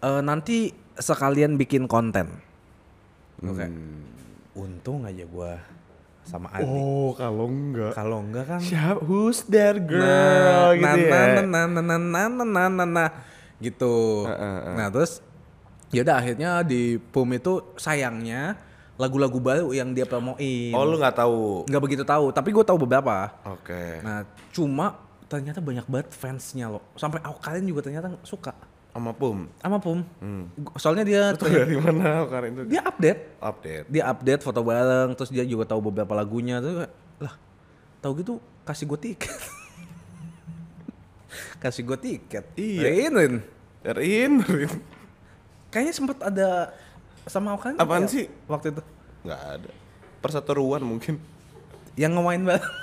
Speaker 2: eh, nanti sekalian bikin konten Gue kayak, untung aja gue sama Andi
Speaker 1: Oh, kalau enggak.
Speaker 2: kalau enggak kan
Speaker 1: Siapa? Who's that
Speaker 2: nah,
Speaker 1: girl?
Speaker 2: nah,
Speaker 1: gitu
Speaker 2: nah,
Speaker 1: ya.
Speaker 2: nah, nah, nah, nah, nah, nah, nah, nah, gitu. Nah terus ya udah akhirnya di PUM itu sayangnya lagu-lagu baru yang dia promoin.
Speaker 1: Oh, lu nggak tahu.
Speaker 2: nggak begitu tahu, tapi gue tahu beberapa.
Speaker 1: Oke.
Speaker 2: Nah cuma ternyata banyak banget fansnya loh. Sampai aku kalian juga ternyata suka
Speaker 1: Sama Pum.
Speaker 2: sama PUM.
Speaker 1: Hmm.
Speaker 2: Soalnya dia
Speaker 1: Tuh dari mana kemarin itu?
Speaker 2: dia update
Speaker 1: Update.
Speaker 2: dia update foto bareng terus dia juga tahu beberapa lagunya tuh kayak, lah tahu gitu kasih gue tiket kasih gue tiket
Speaker 1: Iya.
Speaker 2: Rin, Rin.
Speaker 1: Rin, Rin.
Speaker 2: kayaknya sempat ada sama kan
Speaker 1: Apaan sih?
Speaker 2: waktu itu
Speaker 1: Iya. Nggak ada. Perseteruan mungkin.
Speaker 2: yang ngewain bareng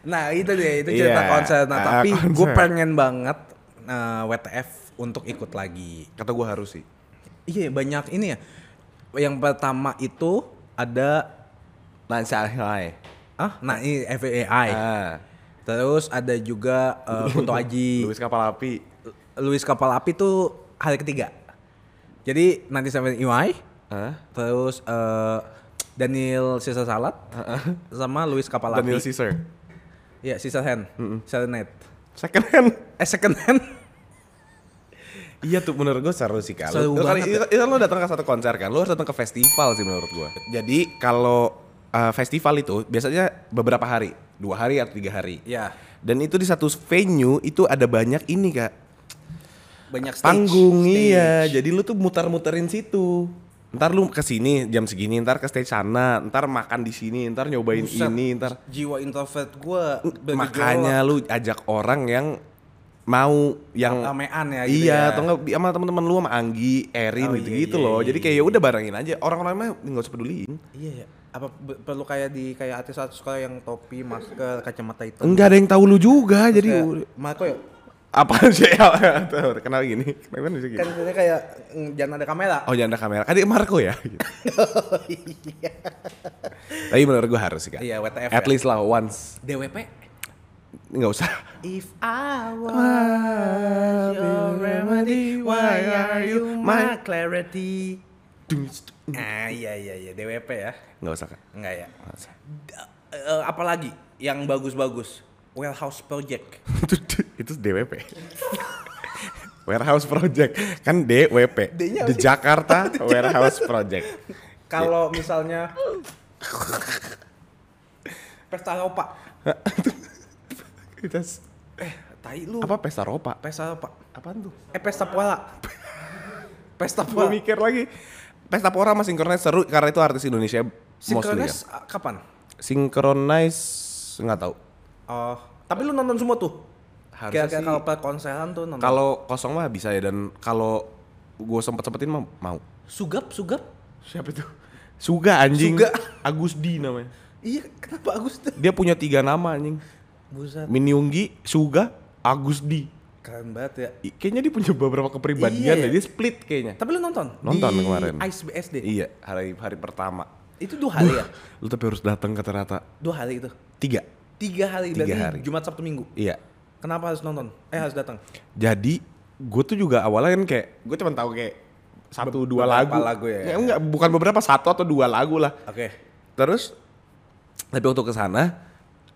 Speaker 2: nah itu deh itu cerita
Speaker 1: Iya,
Speaker 2: konser nah
Speaker 1: ah,
Speaker 2: tapi gue
Speaker 1: konser.
Speaker 2: pengen banget eh, WTF untuk ikut lagi
Speaker 1: Kata gua harus sih.
Speaker 2: Iya banyak ini ya. Yang pertama itu ada
Speaker 1: Lancar Nah, hai.
Speaker 2: ah nah ini FAI.
Speaker 1: Ah.
Speaker 2: Terus ada juga eh, Kunto Aji.
Speaker 1: Luis kapal api.
Speaker 2: Luis Kapal Api tuh hari ketiga. Jadi nanti sampai Iwai.
Speaker 1: Hah?
Speaker 2: Terus eh, Daniel Sisa Salat sama Luis Kapal
Speaker 1: Daniel
Speaker 2: Api.
Speaker 1: Caesar.
Speaker 2: Iya, sisa hand. Second hand.
Speaker 1: Second hand.
Speaker 2: Eh, second hand.
Speaker 1: Iya tuh menurut gue seru sih kalau.
Speaker 2: Seru
Speaker 1: Itu kan,
Speaker 2: banget ya?
Speaker 1: itu, itu kan lo datang ke satu konser kan, lo harus datang ke festival sih menurut gue. Jadi kalau uh, festival itu biasanya beberapa hari, dua hari atau tiga hari.
Speaker 2: Iya.
Speaker 1: Dan itu di satu venue itu ada banyak ini kak,
Speaker 2: Banyak stage.
Speaker 1: panggung iya.
Speaker 2: Stage.
Speaker 1: Jadi lu tuh mutar-muterin situ. Ntar lu ke sini jam segini, ntar ke stage sana, ntar makan di sini, ntar nyobain
Speaker 2: Buset,
Speaker 1: ini, ntar
Speaker 2: jiwa introvert gue
Speaker 1: makanya lu ajak orang yang mau yang
Speaker 2: Ramean ya gitu
Speaker 1: gitu iya
Speaker 2: ya.
Speaker 1: atau enggak bi- sama teman-teman lu sama Anggi, Erin
Speaker 2: Oh,
Speaker 1: gitu
Speaker 2: iya,
Speaker 1: gitu
Speaker 2: iya,
Speaker 1: loh.
Speaker 2: iya,
Speaker 1: Jadi kayak ya udah barengin aja orang-orang mah nggak usah peduliin.
Speaker 2: iya ya apa be- perlu kayak di kayak artis artis sekolah yang topi masker kacamata itu
Speaker 1: Enggak ada yang tahu lu juga jadi
Speaker 2: Marco ya
Speaker 1: apa sih ya Tuh, kenal gini kenapa bisa gini gitu.
Speaker 2: kan biasanya kayak mm, jangan ada kamera
Speaker 1: oh jangan ada kamera adik Marco ya gitu. tapi menurut gua harus sih kan
Speaker 2: Iya, WTF
Speaker 1: at
Speaker 2: ya.
Speaker 1: least lah once
Speaker 2: DWP
Speaker 1: nggak usah
Speaker 2: if I was your Ah, remedy why are you my clarity ah iya iya iya DWP ya
Speaker 1: nggak usah kan
Speaker 2: enggak ya Eh, apalagi yang bagus-bagus warehouse project
Speaker 1: itu itu DWP Warehouse Project kan DWP
Speaker 2: D-nya apa
Speaker 1: di
Speaker 2: sih?
Speaker 1: Jakarta Warehouse Project
Speaker 2: Kalau misalnya pesta Eropa,
Speaker 1: Itu s-
Speaker 2: tai lu.
Speaker 1: apa pesta ropa?
Speaker 2: Pesta Eropa.
Speaker 1: Apaan tuh?
Speaker 2: Eh pesta pola. pesta
Speaker 1: Gue
Speaker 2: pola.
Speaker 1: mikir lagi. Pesta Pora sama Synchronize seru karena itu artis Indonesia mostly kan.
Speaker 2: Synchronize ah, kapan?
Speaker 1: Synchronize nggak tahu.
Speaker 2: Oh, tapi lu nonton semua tuh.
Speaker 1: Harusnya
Speaker 2: Kayak
Speaker 1: sih-
Speaker 2: kalau per konseran tuh nonton.
Speaker 1: Kalau kosong mah bisa ya dan kalau gue sempet sempetin mah mau.
Speaker 2: sugap sugap.
Speaker 1: Siapa itu? Suga anjing.
Speaker 2: Suga.
Speaker 1: Agus Di namanya.
Speaker 2: Iya, kenapa Agus tuh?
Speaker 1: Dia punya tiga nama anjing.
Speaker 2: Buset.
Speaker 1: Miniunggi, Suga, Agus Di.
Speaker 2: Keren banget ya.
Speaker 1: I- Kayaknya dia punya beberapa kepribadian ya.
Speaker 2: Iya.
Speaker 1: Dia split kayaknya.
Speaker 2: Tapi lu nonton?
Speaker 1: Nonton
Speaker 2: di
Speaker 1: kemarin.
Speaker 2: Ice BSD.
Speaker 1: Iya, hari hari pertama. Iya.
Speaker 2: Itu dua hari ya?
Speaker 1: Lu tapi harus datang ke ternyata
Speaker 2: Dua hari itu.
Speaker 1: tiga.
Speaker 2: Tiga hari
Speaker 1: Tiga
Speaker 2: berarti
Speaker 1: hari.
Speaker 2: Jumat Sabtu Minggu.
Speaker 1: Iya,
Speaker 2: Kenapa harus nonton? Eh harus datang.
Speaker 1: jadi gue tuh juga awalnya kan kayak gue cuma tahu kayak satu dua lagu,
Speaker 2: beberapa lagu ya.
Speaker 1: enggak bukan beberapa satu atau dua lagu lah
Speaker 2: Oke.
Speaker 1: terus tapi waktu kesana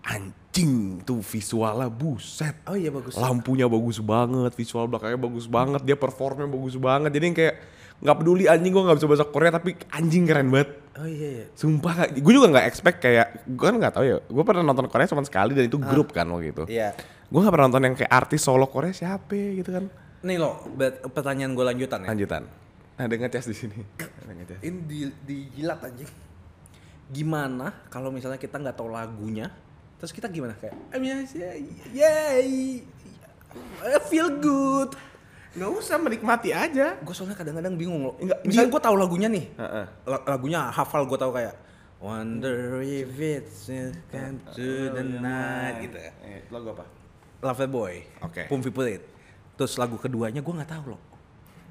Speaker 1: anjing tuh visualnya buset
Speaker 2: Oh iya bagus.
Speaker 1: lampunya bagus banget visual belakangnya bagus banget dia performnya bagus banget jadi yang kayak nggak peduli anjing gue nggak bisa bahasa Korea tapi anjing keren banget
Speaker 2: Oh iya iya.
Speaker 1: sumpah gue juga nggak expect kayak gue kan nggak tahu ya gue pernah nonton Korea cuma sekali dan itu grup kan waktu itu
Speaker 2: Iya.
Speaker 1: gue nggak pernah nonton yang kayak artis solo Korea siapa gitu kan
Speaker 2: Nih lo, bet- pertanyaan gue lanjutan ya.
Speaker 1: lanjutan ada ngecas di sini ada ngecas
Speaker 2: Ini di, dijilat anjing. Gimana kalau misalnya kita nggak tahu lagunya, terus kita gimana kayak I'm Asia, yay, I feel good.
Speaker 1: nggak usah menikmati aja
Speaker 2: Gue soalnya kadang-kadang bingung loh.
Speaker 1: Nggak,
Speaker 2: misalnya gue tahu lagunya nih,
Speaker 1: Heeh.
Speaker 2: La- lagunya hafal gue tahu kayak Wonder if it's come to the night gitu.
Speaker 1: eh, lagu apa
Speaker 2: Lover Boy,
Speaker 1: Oke.
Speaker 2: Pump People Eat. Terus lagu keduanya gue nggak tahu loh.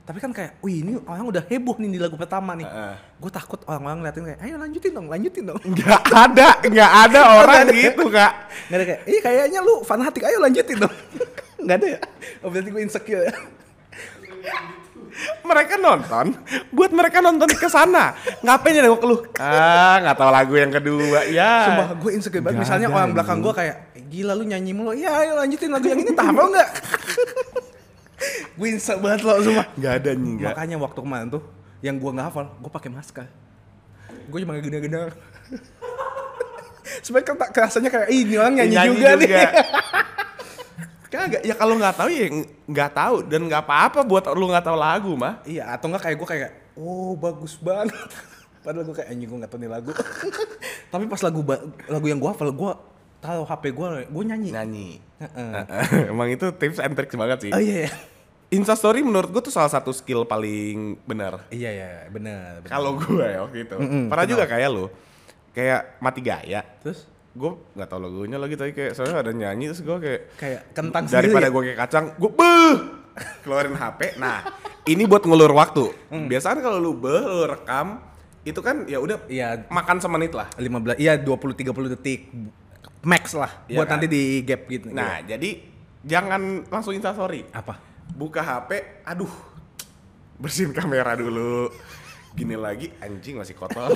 Speaker 2: Tapi kan kayak, wih ini orang udah heboh nih di lagu pertama nih.
Speaker 1: Heeh.
Speaker 2: Gue takut orang-orang ngeliatin kayak, ayo lanjutin dong, lanjutin dong. Nggak
Speaker 1: nggak ada nggak ada orang gitu kak
Speaker 2: ada kayak, iya kayaknya lu fanatik, ayo lanjutin dong. Nggak ada ya? Oh, berarti gue insecure ya?
Speaker 1: mereka nonton buat mereka nonton ke sana ngapain ya nengok lu ah nggak tahu lagu yang kedua ya
Speaker 2: Sumpah gue insecure banget.
Speaker 1: Nggak
Speaker 2: Misalnya
Speaker 1: ada
Speaker 2: orang
Speaker 1: ini.
Speaker 2: belakang gue kayak, gila lu nyanyi mulu, iya ayo lanjutin lagu yang ini, tahu nggak? gue insecure banget loh sumpah.
Speaker 1: nggak ada anjing, nggak
Speaker 2: Makanya waktu kemarin tuh yang gua nggak hafal, gua pakai masker. Gua cuma gena-gena. Sebenarnya kan tak kerasanya kayak "Ih, ini orang nyanyi, juga, nih.
Speaker 1: Kagak, ya kalau nggak tahu ya nggak tahu dan nggak apa-apa buat lu nggak tahu lagu mah.
Speaker 2: iya, atau nggak kayak gua kayak oh bagus banget. Padahal gua kayak anjing gua nggak tahu nih lagu. Tapi pas lagu ba- lagu yang gua hafal, gua taruh HP gua, gua nyanyi.
Speaker 1: Nyanyi.
Speaker 2: Heeh.
Speaker 1: Emang itu tips and tricks banget sih.
Speaker 2: Oh iya, iya.
Speaker 1: Insta story menurut gue tuh salah satu skill paling benar.
Speaker 2: Iya, iya, benar.
Speaker 1: Kalau gue ya waktu itu. Pernah juga kayak lu. Kayak mati gaya.
Speaker 2: Terus
Speaker 1: Gue nggak tahu lagunya lagi tapi kayak soalnya ada nyanyi terus gue kayak
Speaker 2: kayak kentang
Speaker 1: daripada
Speaker 2: sendiri. ya?
Speaker 1: gue kayak kacang, gue beuh keluarin HP. Nah, ini buat ngelur waktu. Biasanya kan kalau lu beuh, lu rekam, itu kan ya udah
Speaker 2: Iya.
Speaker 1: makan semenit lah.
Speaker 2: 15 iya 20 30 detik max lah
Speaker 1: Iya
Speaker 2: buat
Speaker 1: kan?
Speaker 2: nanti di gap gitu.
Speaker 1: Nah, jadi jangan langsung instastory.
Speaker 2: apa?
Speaker 1: Buka HP, aduh, bersihin kamera dulu. gini lagi anjing masih kotor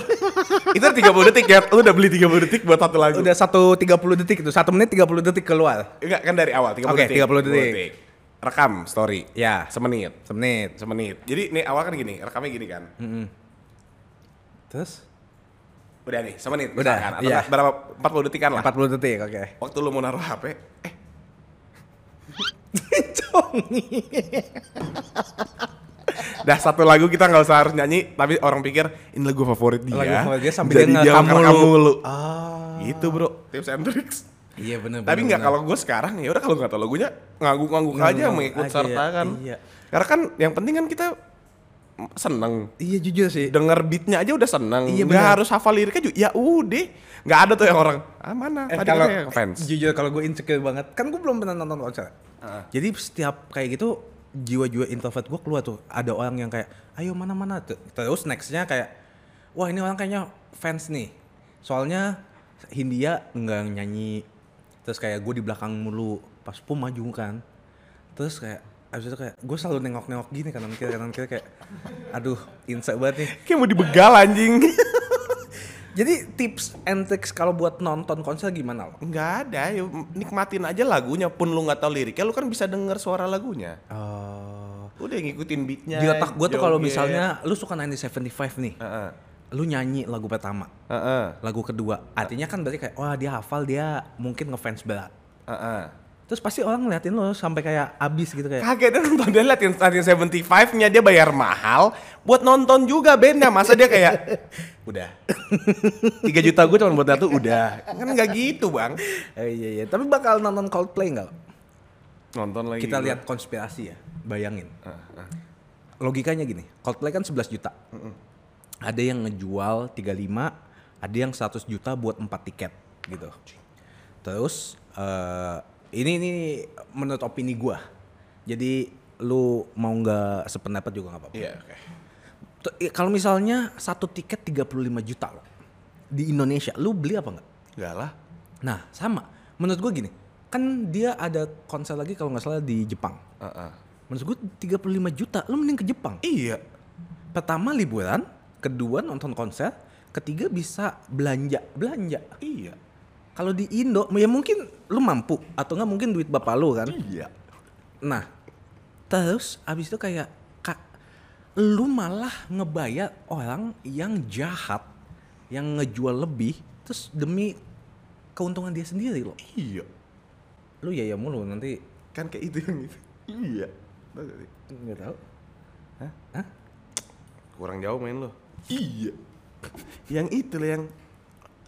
Speaker 1: itu 30 detik ya lu udah beli 30 detik buat satu lagu
Speaker 2: Udah satu 30 detik itu, satu menit 30 detik keluar.
Speaker 1: enggak kan dari awal 30
Speaker 2: Oke,
Speaker 1: detik
Speaker 2: 30 detik.
Speaker 1: rekam story Iya,
Speaker 2: Ya.
Speaker 1: semenit
Speaker 2: Semenit.
Speaker 1: semenit jadi nih awal kan gini rekamnya gini kan
Speaker 2: Hmm. Terus?
Speaker 1: udah nih semenit
Speaker 2: Udah,
Speaker 1: misalkan. atau
Speaker 2: iya.
Speaker 1: nggak berapa 40 detik kan lah
Speaker 2: 40 detik, oke.
Speaker 1: waktu lu mau naruh HP eh
Speaker 2: Congi.
Speaker 1: dah satu lagu kita nggak usah harus nyanyi tapi orang pikir ini lagu favorit dia
Speaker 2: Lagu favorit dia sambil
Speaker 1: Jadi
Speaker 2: dia
Speaker 1: dia
Speaker 2: ngerekam
Speaker 1: ngerekam
Speaker 2: mulu.
Speaker 1: mulu
Speaker 2: Ah.
Speaker 1: gitu bro tips and tricks
Speaker 2: Iya benar.
Speaker 1: Tapi nggak kalau gue sekarang ya udah kalau nggak tahu lagunya ngangguk-ngangguk Hmm, aja
Speaker 2: Ngangguk-ngangguk
Speaker 1: mengikut
Speaker 2: aja
Speaker 1: serta
Speaker 2: ya,
Speaker 1: kan.
Speaker 2: iya.
Speaker 1: Karena kan yang penting kan kita mm, seneng
Speaker 2: Iya jujur sih.
Speaker 1: denger beatnya aja udah seneng
Speaker 2: Iya,
Speaker 1: nggak
Speaker 2: bener.
Speaker 1: harus hafal liriknya juga ya udah nggak ada tuh yang orang ah mana
Speaker 2: Eh,
Speaker 1: tadi
Speaker 2: kalau
Speaker 1: katanya fans
Speaker 2: jujur kalau gue insecure banget, kan gue belum pernah nonton konser. Jadi setiap kayak gitu jiwa-jiwa introvert gue keluar tuh. Ada orang yang kayak, ayo mana-mana. Ter- Terus nextnya kayak, wah ini orang kayaknya fans nih. Soalnya Hindia nggak nyanyi. Terus kayak gue di belakang mulu. Pas pun maju kan. Terus kayak abis itu kayak gue selalu nengok-nengok gini kanan kiri kanan kiri kayak aduh insecure banget nih
Speaker 1: kayak mau dibegal anjing
Speaker 2: jadi tips and tricks kalau buat nonton konser gimana lo?
Speaker 1: nggak ada ya nikmatin aja lagunya pun lu nggak tahu liriknya lu kan bisa denger suara lagunya
Speaker 2: Eh,
Speaker 1: udah ngikutin beatnya
Speaker 2: di otak gue tuh kalau
Speaker 1: joget.
Speaker 2: misalnya lu suka 1975 nih,
Speaker 1: Heeh,
Speaker 2: lu nyanyi lagu pertama,
Speaker 1: heeh,
Speaker 2: lagu kedua, artinya kan berarti kayak wah dia hafal dia mungkin ngefans berat.
Speaker 1: heeh.
Speaker 2: Terus pasti orang ngeliatin lo sampai kayak abis gitu kayak.
Speaker 1: Kaget dia nonton dia liatin Statin 75-nya dia bayar mahal buat nonton juga bandnya. Masa dia kayak udah. 3 juta gue cuma buat satu udah. Kan nggak gitu, Bang.
Speaker 2: Eh, iya iya. Tapi bakal nonton Coldplay nggak?
Speaker 1: Nonton lagi.
Speaker 2: Kita
Speaker 1: gua.
Speaker 2: lihat konspirasi ya. Bayangin. Logikanya gini, Coldplay kan 11 juta. Ada yang ngejual 35, ada yang 100 juta buat 4 tiket gitu. Terus eh, ini ini menurut opini gua. Jadi lu mau nggak sependapat juga nggak apa-apa.
Speaker 1: Iya, oke.
Speaker 2: T- i- Kalau misalnya satu tiket 35 juta loh. Di Indonesia, lu beli apa nggak?
Speaker 1: Enggak lah.
Speaker 2: Nah, sama. Menurut gua gini, kan dia ada konser lagi kalau nggak salah di Jepang.
Speaker 1: Heeh.
Speaker 2: Menurut gue 35 juta, lu mending ke Jepang.
Speaker 1: Iya.
Speaker 2: Pertama liburan, kedua nonton konser, ketiga bisa belanja, belanja.
Speaker 1: Iya.
Speaker 2: Kalau di Indo, ya mungkin lu mampu atau nggak mungkin duit bapak lu kan.
Speaker 1: Iya.
Speaker 2: Nah, terus abis itu kayak kak, lu malah ngebayar orang yang jahat, yang ngejual lebih, terus demi keuntungan dia sendiri loh.
Speaker 1: Iya.
Speaker 2: Lu ya ya mulu nanti
Speaker 1: Kan kayak itu yang itu. Iya. Tau nggak sih?
Speaker 2: nggak tahu.
Speaker 1: Kurang jauh main lo. Iya. yang itu lah yang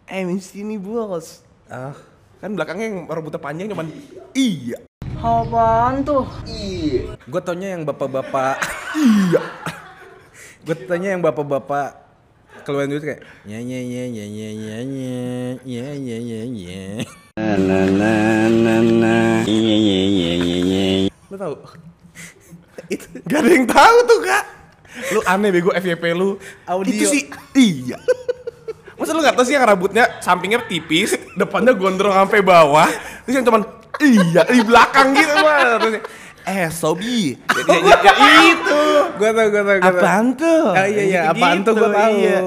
Speaker 1: I'm in sini bos.
Speaker 2: Ah,
Speaker 1: Kan belakangnya yang rambutnya panjang cuman iya.
Speaker 3: Apaan tuh?
Speaker 2: Gue taunya yang bapak-bapak. iya. Gue taunya yang bapak-bapak keluar duit kayak nye nye nye nye nye nye nye nye nye nye Lo tau? Itu
Speaker 1: Gak ada yang tahu tuh kak. Lu aneh bego FYP lu.
Speaker 2: Audio.
Speaker 1: Itu sih iya. Masa lu gak tau sih yang rambutnya sampingnya tipis, depannya gondrong sampai bawah. Terus yang cuman iya di belakang gitu mah. Terus, eh Sobi. Ya, ya, ya, ya, itu.
Speaker 2: gue tau gue tau gitu. gua tau.
Speaker 1: Apaan tuh?
Speaker 2: Ah, iya iya
Speaker 1: Gitu-gitu,
Speaker 2: apaan tuh gue tau
Speaker 1: iya.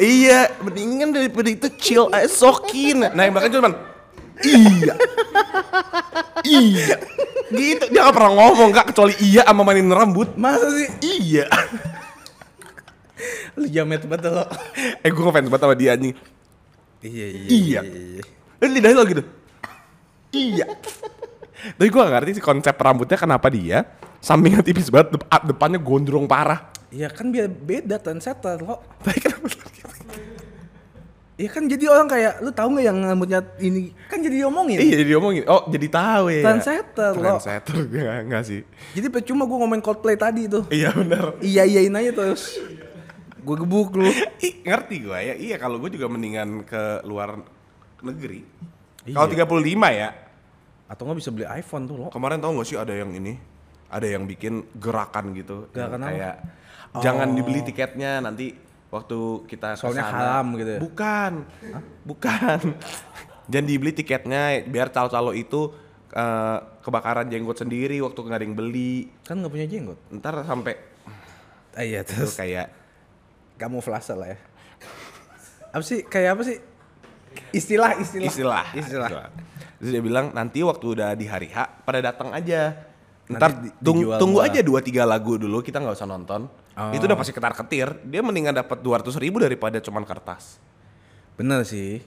Speaker 1: Iya, mendingan daripada itu chill aja sokin. Nah yang belakang cuman iya. iya. Gitu, dia gak pernah ngomong kak, kecuali iya sama mainin rambut.
Speaker 2: Masa sih?
Speaker 1: Iya.
Speaker 2: Lu jamet banget lo
Speaker 1: eh gue ngefans banget sama dia anjing.
Speaker 2: Iya iya
Speaker 1: Iya. Eh lidahnya lo gitu. Iya. Tapi gue gak ngerti sih konsep rambutnya kenapa dia sampingnya tipis banget, dep- a- depannya gondrong parah.
Speaker 2: Iya kan biar beda trendsetter lo kan?
Speaker 1: Tapi kenapa lo gitu?
Speaker 2: Iya kan jadi orang kayak lu tahu nggak yang rambutnya ini kan jadi diomongin.
Speaker 1: Iya jadi omongin, oh jadi tahu ya.
Speaker 2: Trendsetter lo.
Speaker 1: Trendsetter, gue gak, gak sih.
Speaker 2: Jadi percuma gue ngomongin Coldplay tadi tuh.
Speaker 1: Iya benar.
Speaker 2: Iya iyain aja terus. gue gebuk lu.
Speaker 1: Ih, ngerti gue ya, iya kalau gue juga mendingan ke luar negeri.
Speaker 2: Iya.
Speaker 1: Kalau 35 ya,
Speaker 2: Atau nggak bisa beli iPhone tuh lo.
Speaker 1: Kemarin tau gak sih ada yang ini? Ada yang bikin gerakan gitu. yang
Speaker 2: Gerakan apa? Oh.
Speaker 1: kayak jangan dibeli tiketnya nanti waktu kita
Speaker 2: Soalnya
Speaker 1: kesana."
Speaker 2: haram gitu ya?
Speaker 1: Bukan. Bukan. jangan dibeli tiketnya biar calo-calo itu eh, kebakaran jenggot sendiri waktu nggak ada yang beli.
Speaker 2: Kan nggak punya jenggot.
Speaker 1: Ntar sampai
Speaker 2: Ah, iya
Speaker 1: itu
Speaker 2: terus
Speaker 1: kayak
Speaker 2: kamu flase lah ya. Apa sih kayak apa sih? Istilah istilah
Speaker 1: istilah.
Speaker 2: istilah.
Speaker 1: Terus dia bilang nanti waktu udah di hari H pada datang aja. Ntar
Speaker 2: Nanti di-
Speaker 1: tung-
Speaker 2: dijual
Speaker 1: tunggu
Speaker 2: murah.
Speaker 1: aja 2 3 lagu dulu kita nggak usah nonton. Itu udah pasti ketar-ketir. Dia mendingan dapat 200 ribu daripada cuman kertas.
Speaker 2: Bener sih.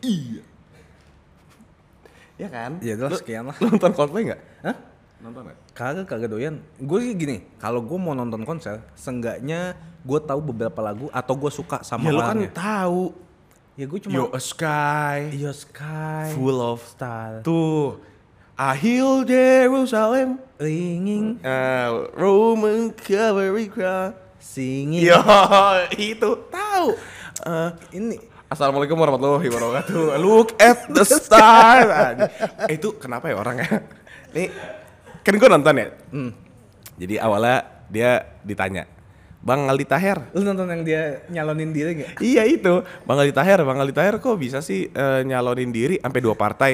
Speaker 1: Ya kan?
Speaker 2: Iya, udah
Speaker 1: Lu-
Speaker 2: sekian lah.
Speaker 1: lu nonton Coldplay nggak?
Speaker 2: Hah?
Speaker 1: Nonton nggak?
Speaker 2: Kagak kagak doyan. Gue sih gini, kalau gue mau nonton konser, seenggaknya gue tahu beberapa lagu atau gue suka sama
Speaker 1: Ya lu kan
Speaker 2: orangnya.
Speaker 1: tahu.
Speaker 2: Ya gue cuma
Speaker 1: Yo a sky
Speaker 2: Yo Sky,
Speaker 1: full of
Speaker 2: Star,
Speaker 1: tuh. I heal Jerusalem.
Speaker 2: Ringing,
Speaker 1: Uh, Roman Calvary Cross.
Speaker 2: Singing.
Speaker 1: Yo, itu tahu. Eh,
Speaker 2: Ini
Speaker 1: Assalamualaikum warahmatullahi wabarakatuh. Look at the star. Eh, itu kenapa ya orangnya? Nih, kan gue nonton ya. Jadi awalnya dia ditanya, Bang Aldi Taher.
Speaker 2: lu nonton yang dia nyalonin diri gak?
Speaker 1: Iya itu, Bang Aldi Taher. Bang Aldi Taher kok bisa sih eh, nyalonin diri sampai dua partai?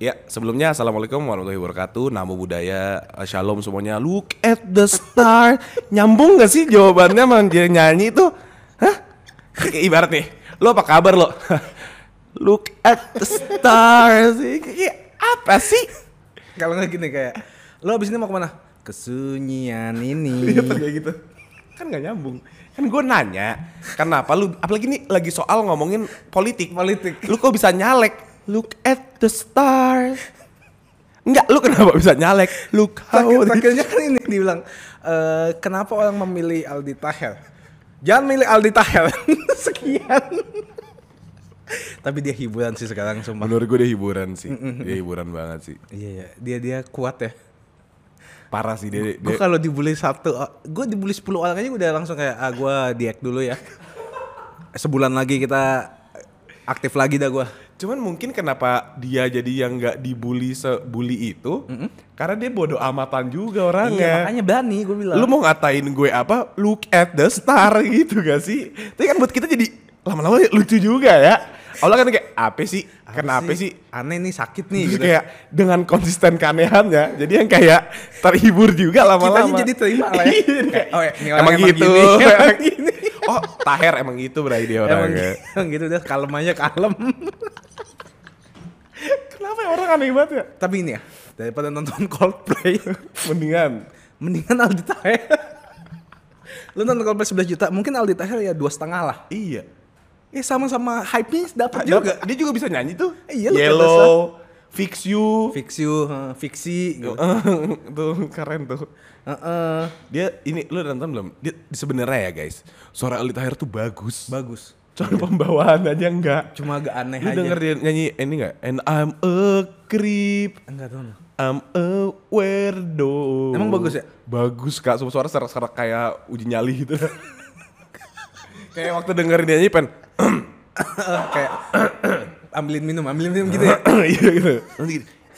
Speaker 1: Ya, sebelumnya Assalamualaikum warahmatullahi wabarakatuh. Namo budaya, eh, shalom semuanya. Look at the star. Nyambung gak sih jawabannya sama dia nyanyi itu? Hah? Kayak Ibarat nih, lo apa kabar lo? Look at the star. Kayak apa sih?
Speaker 2: Kalau nggak gini kayak, lu abis ini mau kemana? Kesunyian ini.
Speaker 1: Iya, kayak gitu. Kan gak nyambung. Kan gue nanya, kenapa lu, apalagi nih lagi soal ngomongin politik.
Speaker 2: Politik.
Speaker 1: Lu kok bisa nyalek? Look at the stars. Enggak, lu kenapa bisa nyalek? Look how the-
Speaker 2: Akhirnya kan ini dibilang, eh, kenapa orang memilih Aldi Tahir? Jangan milih Aldi Tahir. Sekian. Tapi dia hiburan sih sekarang sumpah.
Speaker 1: Menurut gue dia hiburan sih. Dia hiburan banget sih.
Speaker 2: Iya, iya. dia dia kuat ya.
Speaker 1: Parah sih dia. dia
Speaker 2: Gue kalau dibully satu, gue dibully 10 orang aja udah langsung kayak ah gue diet dulu ya. Sebulan lagi kita aktif lagi dah gue.
Speaker 1: Cuman mungkin kenapa dia jadi yang nggak dibully sebully itu? Karena dia bodoh amatan juga
Speaker 2: Ah,
Speaker 1: orangnya.
Speaker 2: Iya, makanya berani gue bilang.
Speaker 1: lu mau ngatain gue apa look at the star gitu gak sih tapi kan buat kita jadi lama-lama lucu juga ya Allah kan kayak apa sih kenapa sih,
Speaker 2: Aneh nih sakit nih.
Speaker 1: Terus
Speaker 2: gitu.
Speaker 1: kayak dengan konsisten keanehannya jadi yang kayak terhibur juga lama-lama
Speaker 2: Kitanya jadi terima lah ya.
Speaker 1: Iya, kayak,
Speaker 2: Oh ya, ini orang
Speaker 1: emang,
Speaker 2: emang
Speaker 1: gitu
Speaker 2: gini, emang
Speaker 1: gini. oh Taher emang gitu berarti dia
Speaker 2: Emang
Speaker 1: orangnya
Speaker 2: gitu, emang gitu udah kalem aja kalem.
Speaker 1: kenapa ya orang aneh banget ya
Speaker 2: Tapi ini ya daripada nonton Coldplay,
Speaker 1: mendingan
Speaker 2: mendingan Aldi Tahir. lu nonton Coldplay 11 juta, mungkin Aldi Tahir ya dua setengah lah.
Speaker 1: iya
Speaker 2: Ya sama-sama hype nya dapat
Speaker 1: Dia-
Speaker 2: juga.
Speaker 1: dia juga bisa nyanyi tuh
Speaker 2: Iya, lu kayak
Speaker 1: yellow fix you
Speaker 2: Fix you, eh, fiksi. Gitu.
Speaker 1: tuh keren tuh
Speaker 2: Heeh.
Speaker 1: dia ini lu nonton belum dia sebenarnya ya guys suara Aldi Tahir tuh bagus
Speaker 2: Bagus.
Speaker 1: cuma pembawaan aja enggak
Speaker 2: Cuma agak aneh
Speaker 1: lu
Speaker 2: aja.
Speaker 1: denger dia nyanyi ini enggak and I'm a creep
Speaker 2: Enggak tahu. no.
Speaker 1: I'm a weirdo
Speaker 2: Emang bagus ya?
Speaker 1: bagus kak suara suara serak-serak kayak uji nyali gitu kayak waktu dengerin dia nyanyi pen
Speaker 2: Eh, kayak ambilin minum, ambilin minum gitu ya.
Speaker 1: iya gitu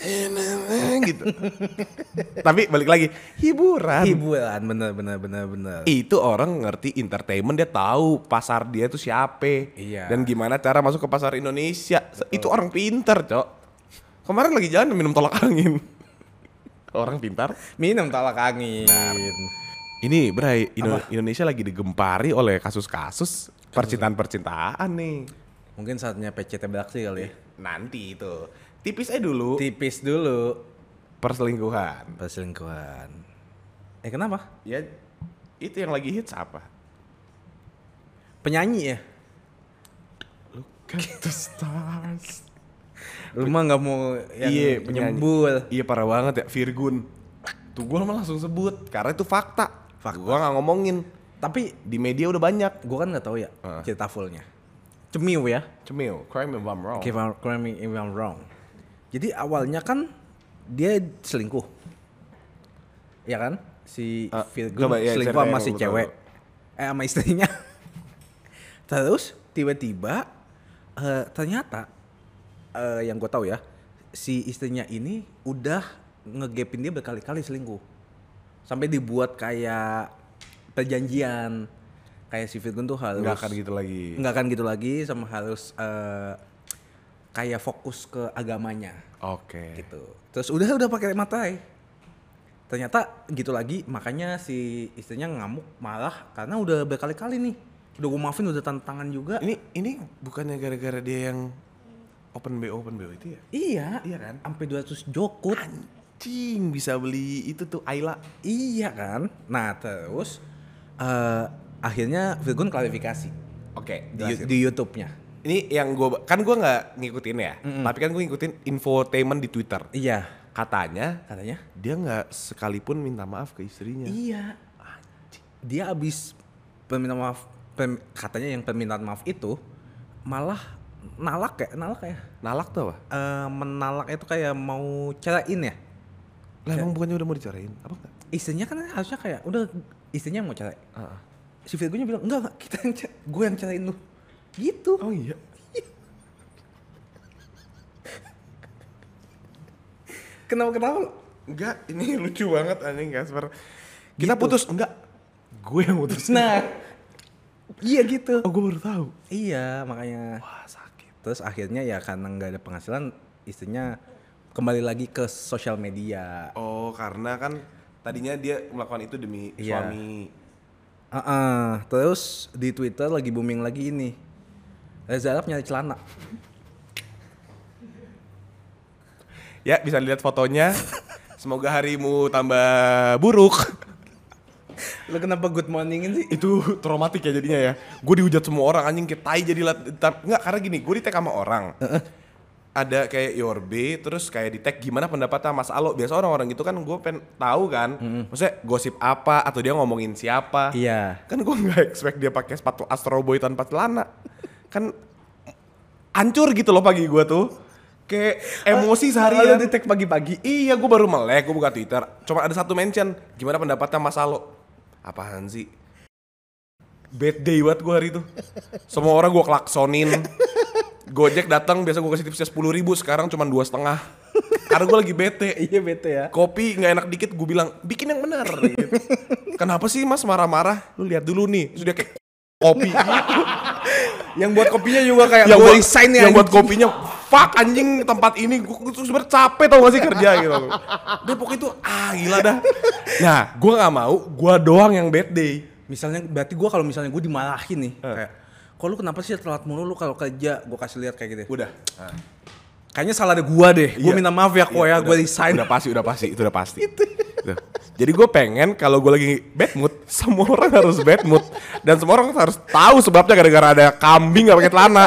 Speaker 1: nanti gitu gitu tapi balik lagi hiburan
Speaker 2: Hiburan bener bener bener bener.
Speaker 1: itu orang ngerti entertainment dia tahu pasar dia tuh siapa
Speaker 2: Iya.
Speaker 1: dan gimana cara masuk ke pasar Indonesia itu orang pinter cok kemarin lagi jalan minum tolak angin orang pintar
Speaker 2: Minum tolak angin.
Speaker 1: ini Bray Indo- Indonesia lagi digempari oleh kasus-kasus percintaan-percintaan nih
Speaker 2: Mungkin saatnya PCT beraksi kali ya.
Speaker 1: nanti itu tipis aja dulu
Speaker 2: Tipis dulu
Speaker 1: perselingkuhan
Speaker 2: perselingkuhan. Eh kenapa?
Speaker 1: ya itu yang lagi hits apa
Speaker 2: Penyanyi ya?
Speaker 1: Look at the stars
Speaker 2: Lu mah nggak mau yang
Speaker 1: Iya,
Speaker 2: penyembul.
Speaker 1: Iya parah banget ya Virgun. Tuh gue mah langsung sebut karena itu fakta.
Speaker 2: Fakta.
Speaker 1: Gue nggak ngomongin
Speaker 2: Tapi
Speaker 1: di media udah banyak.
Speaker 2: gua kan nggak tahu ya
Speaker 1: Heeh.
Speaker 2: cerita fullnya. Cemiw ya.
Speaker 1: Cemil, crime if I'm wrong.
Speaker 2: If I'm, correct me if I'm wrong. Jadi awalnya kan dia selingkuh. Ya kan? Si
Speaker 1: Ah,
Speaker 2: Virgo
Speaker 1: coba, ya,
Speaker 2: selingkuh
Speaker 1: ceritain
Speaker 2: sama
Speaker 1: yang
Speaker 2: si
Speaker 1: lu tahu.
Speaker 2: cewek. Eh sama istrinya. Terus tiba-tiba eh, ternyata eh, yang gue tahu ya, si istrinya ini udah ngegepin dia berkali-kali selingkuh. Sampai dibuat kayak perjanjian kayak si Virgo tuh harus
Speaker 1: Nggak akan gitu lagi.
Speaker 2: nggak akan gitu lagi sama harus eh, kayak fokus ke agamanya
Speaker 1: Oke.
Speaker 2: gitu terus udah udah pakai materai ternyata gitu lagi makanya si istrinya ngamuk marah karena udah berkali-kali nih udah gue maafin udah tantangan juga
Speaker 1: Ini ini bukannya gara-gara dia yang open BO open BO itu ya?
Speaker 2: iya
Speaker 1: Iya kan?
Speaker 2: sampai 200 jokut
Speaker 1: Anjing bisa beli itu tuh Ayla.
Speaker 2: iya kan nah terus eh, akhirnya Virgun klarifikasi
Speaker 1: Oke,
Speaker 2: di, di YouTube-nya
Speaker 1: ini yang gue kan gue nggak ngikutin ya, tapi kan gue ngikutin infotainment di Twitter.
Speaker 2: iya
Speaker 1: Katanya
Speaker 2: katanya
Speaker 1: dia nggak sekalipun minta maaf ke istrinya.
Speaker 2: Iya. Dia abis permintaan maaf pem- katanya yang permintaan maaf itu malah nalak ya, nalak ya.
Speaker 1: Nalak tuh apa?
Speaker 2: Eh, menalak itu kayak mau ceraiin ya.
Speaker 1: Lah emang bukannya udah mau dicorain? Apa enggak?
Speaker 2: Istrinya kan harusnya kayak udah istrinya yang mau cerai.
Speaker 1: Heeh.
Speaker 2: Si Virgonya bilang, "Enggak, enggak, kita yang ce- gue yang ceraiin lu." Gitu.
Speaker 1: Oh iya.
Speaker 2: Kenapa kenapa? lu?
Speaker 1: Enggak, ini lucu banget anjing Kasper. Kita putus enggak? Gue yang putus.
Speaker 2: Nah. iya gitu.
Speaker 1: Oh, gue baru tahu.
Speaker 2: Iya, makanya
Speaker 1: Wah, sakit.
Speaker 2: Terus akhirnya ya karena nggak ada penghasilan, istrinya kembali lagi ke sosial media.
Speaker 1: Oh, karena kan tadinya dia melakukan itu demi
Speaker 2: Iya.
Speaker 1: suami.
Speaker 2: Heeh, terus di Twitter lagi booming lagi ini. Reza Arab nyari celana.
Speaker 1: Ya, bisa lihat fotonya. Semoga harimu tambah buruk.
Speaker 2: Lo kenapa good morningin sih?
Speaker 1: itu traumatik ya jadinya ya gue dihujat semua orang anjing kayak tai jadi lat tar- nggak karena gini gue di tag sama orang ada kayak your B terus kayak di tag gimana pendapatnya Mas Alo biasa orang-orang gitu kan gue pengen tahu kan maksudnya gosip apa atau dia ngomongin siapa
Speaker 2: Iya.
Speaker 1: kan gue nggak expect dia pakai sepatu Astro Boy tanpa celana kan hancur gitu loh pagi gue tuh kayak emosi
Speaker 2: Lo
Speaker 1: seharian
Speaker 2: di tag pagi-pagi.
Speaker 1: Iya, gue baru melek, gue buka Twitter. Cuma ada satu mention, gimana pendapatnya Mas Alo? Apaan sih? Bad day buat gue hari itu. Semua orang gue klaksonin. Gojek datang, biasa gue kasih tipsnya sepuluh ribu, sekarang cuma dua setengah. Karena gue lagi bete.
Speaker 2: Iya bete ya.
Speaker 1: Kopi nggak enak dikit, gue bilang bikin yang benar. gitu. Kenapa sih Mas marah-marah? Lu lihat dulu nih, sudah kayak kopi.
Speaker 2: Yang buat kopinya juga kayak
Speaker 1: yang
Speaker 2: gue
Speaker 1: buat
Speaker 2: resign ya.
Speaker 1: yang buat kopinya fuck anjing tempat ini gue tuh sebenernya capek tau gak sih kerja gitu udah pokoknya itu ah gila dah nah gue nggak mau gue doang yang bad day
Speaker 2: Misalnya berarti gue kalau misalnya gue dimarahin nih.
Speaker 1: Eh.
Speaker 2: Kayak, kok lu kenapa sih telat mulu lu kalau kerja? Gue kasih lihat kayak gitu.
Speaker 1: udah
Speaker 2: Kayaknya salah ada gue deh. Gue
Speaker 1: Iya.
Speaker 2: minta maaf ya kok
Speaker 1: Iya,
Speaker 2: ya.
Speaker 1: udah.
Speaker 2: Gue resign.
Speaker 1: udah pasti udah pasti itu udah pasti
Speaker 2: Gitu.
Speaker 1: Tuh. jadi gue pengen kalau gue lagi bad mood semua orang harus bad mood dan semua orang harus tahu sebabnya gara-gara ada kambing gak pakai celana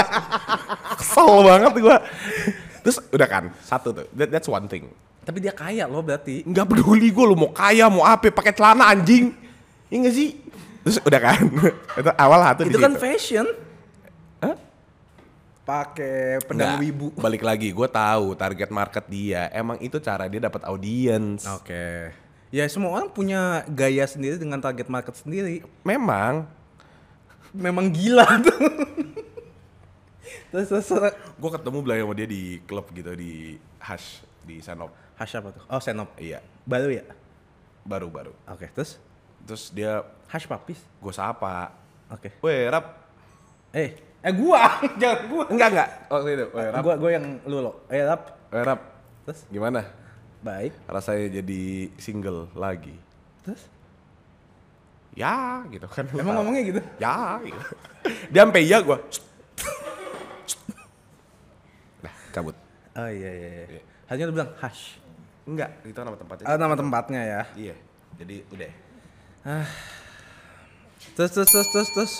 Speaker 1: kesel banget gue terus udah kan satu tuh That- that's one thing
Speaker 2: Tapi dia kaya loh berarti.
Speaker 1: nggak peduli gue lu mau kaya mau apa pakai celana anjing Iya nggak sih terus udah kan itu awal satu di
Speaker 2: Itu kan
Speaker 1: situ.
Speaker 2: fashion.
Speaker 1: Hah?
Speaker 2: Pakai
Speaker 1: Nggak,
Speaker 2: pedang wibu.
Speaker 1: balik lagi gue tahu target market dia emang itu cara dia dapat audiens
Speaker 2: Oke. Ya semua orang punya gaya sendiri dengan target market sendiri.
Speaker 1: memang
Speaker 2: Memang gila tuh. terus terus terus.
Speaker 1: gue ketemu belajar sama dia di klub gitu di hash di senop
Speaker 2: Hash apa tuh? Oh senop.
Speaker 1: iya
Speaker 2: Baru ya?
Speaker 1: baru baru
Speaker 2: Oke terus.
Speaker 1: terus dia
Speaker 2: Hash papis.
Speaker 1: gue sapa
Speaker 2: Oke.
Speaker 1: weh rap
Speaker 2: Eh eh gua jangan gua.
Speaker 1: enggak enggak waktu itu weh rap
Speaker 2: Gua gua yang lu lo. Eh rap.
Speaker 1: weh rap
Speaker 2: Terus
Speaker 1: gimana
Speaker 2: baik.
Speaker 1: rasanya jadi single lagi
Speaker 2: Terus
Speaker 1: ya gitu kan
Speaker 2: emang ngomongnya gitu.
Speaker 1: ya gitu. dia sampai iya gue nah cabut
Speaker 2: Oh iya iya. iya. Harusnya lu bilang hash.
Speaker 1: enggak itu nama tempatnya
Speaker 2: Ah, nama tempatnya ya.
Speaker 1: iya jadi udah
Speaker 2: Terus terus terus terus terus.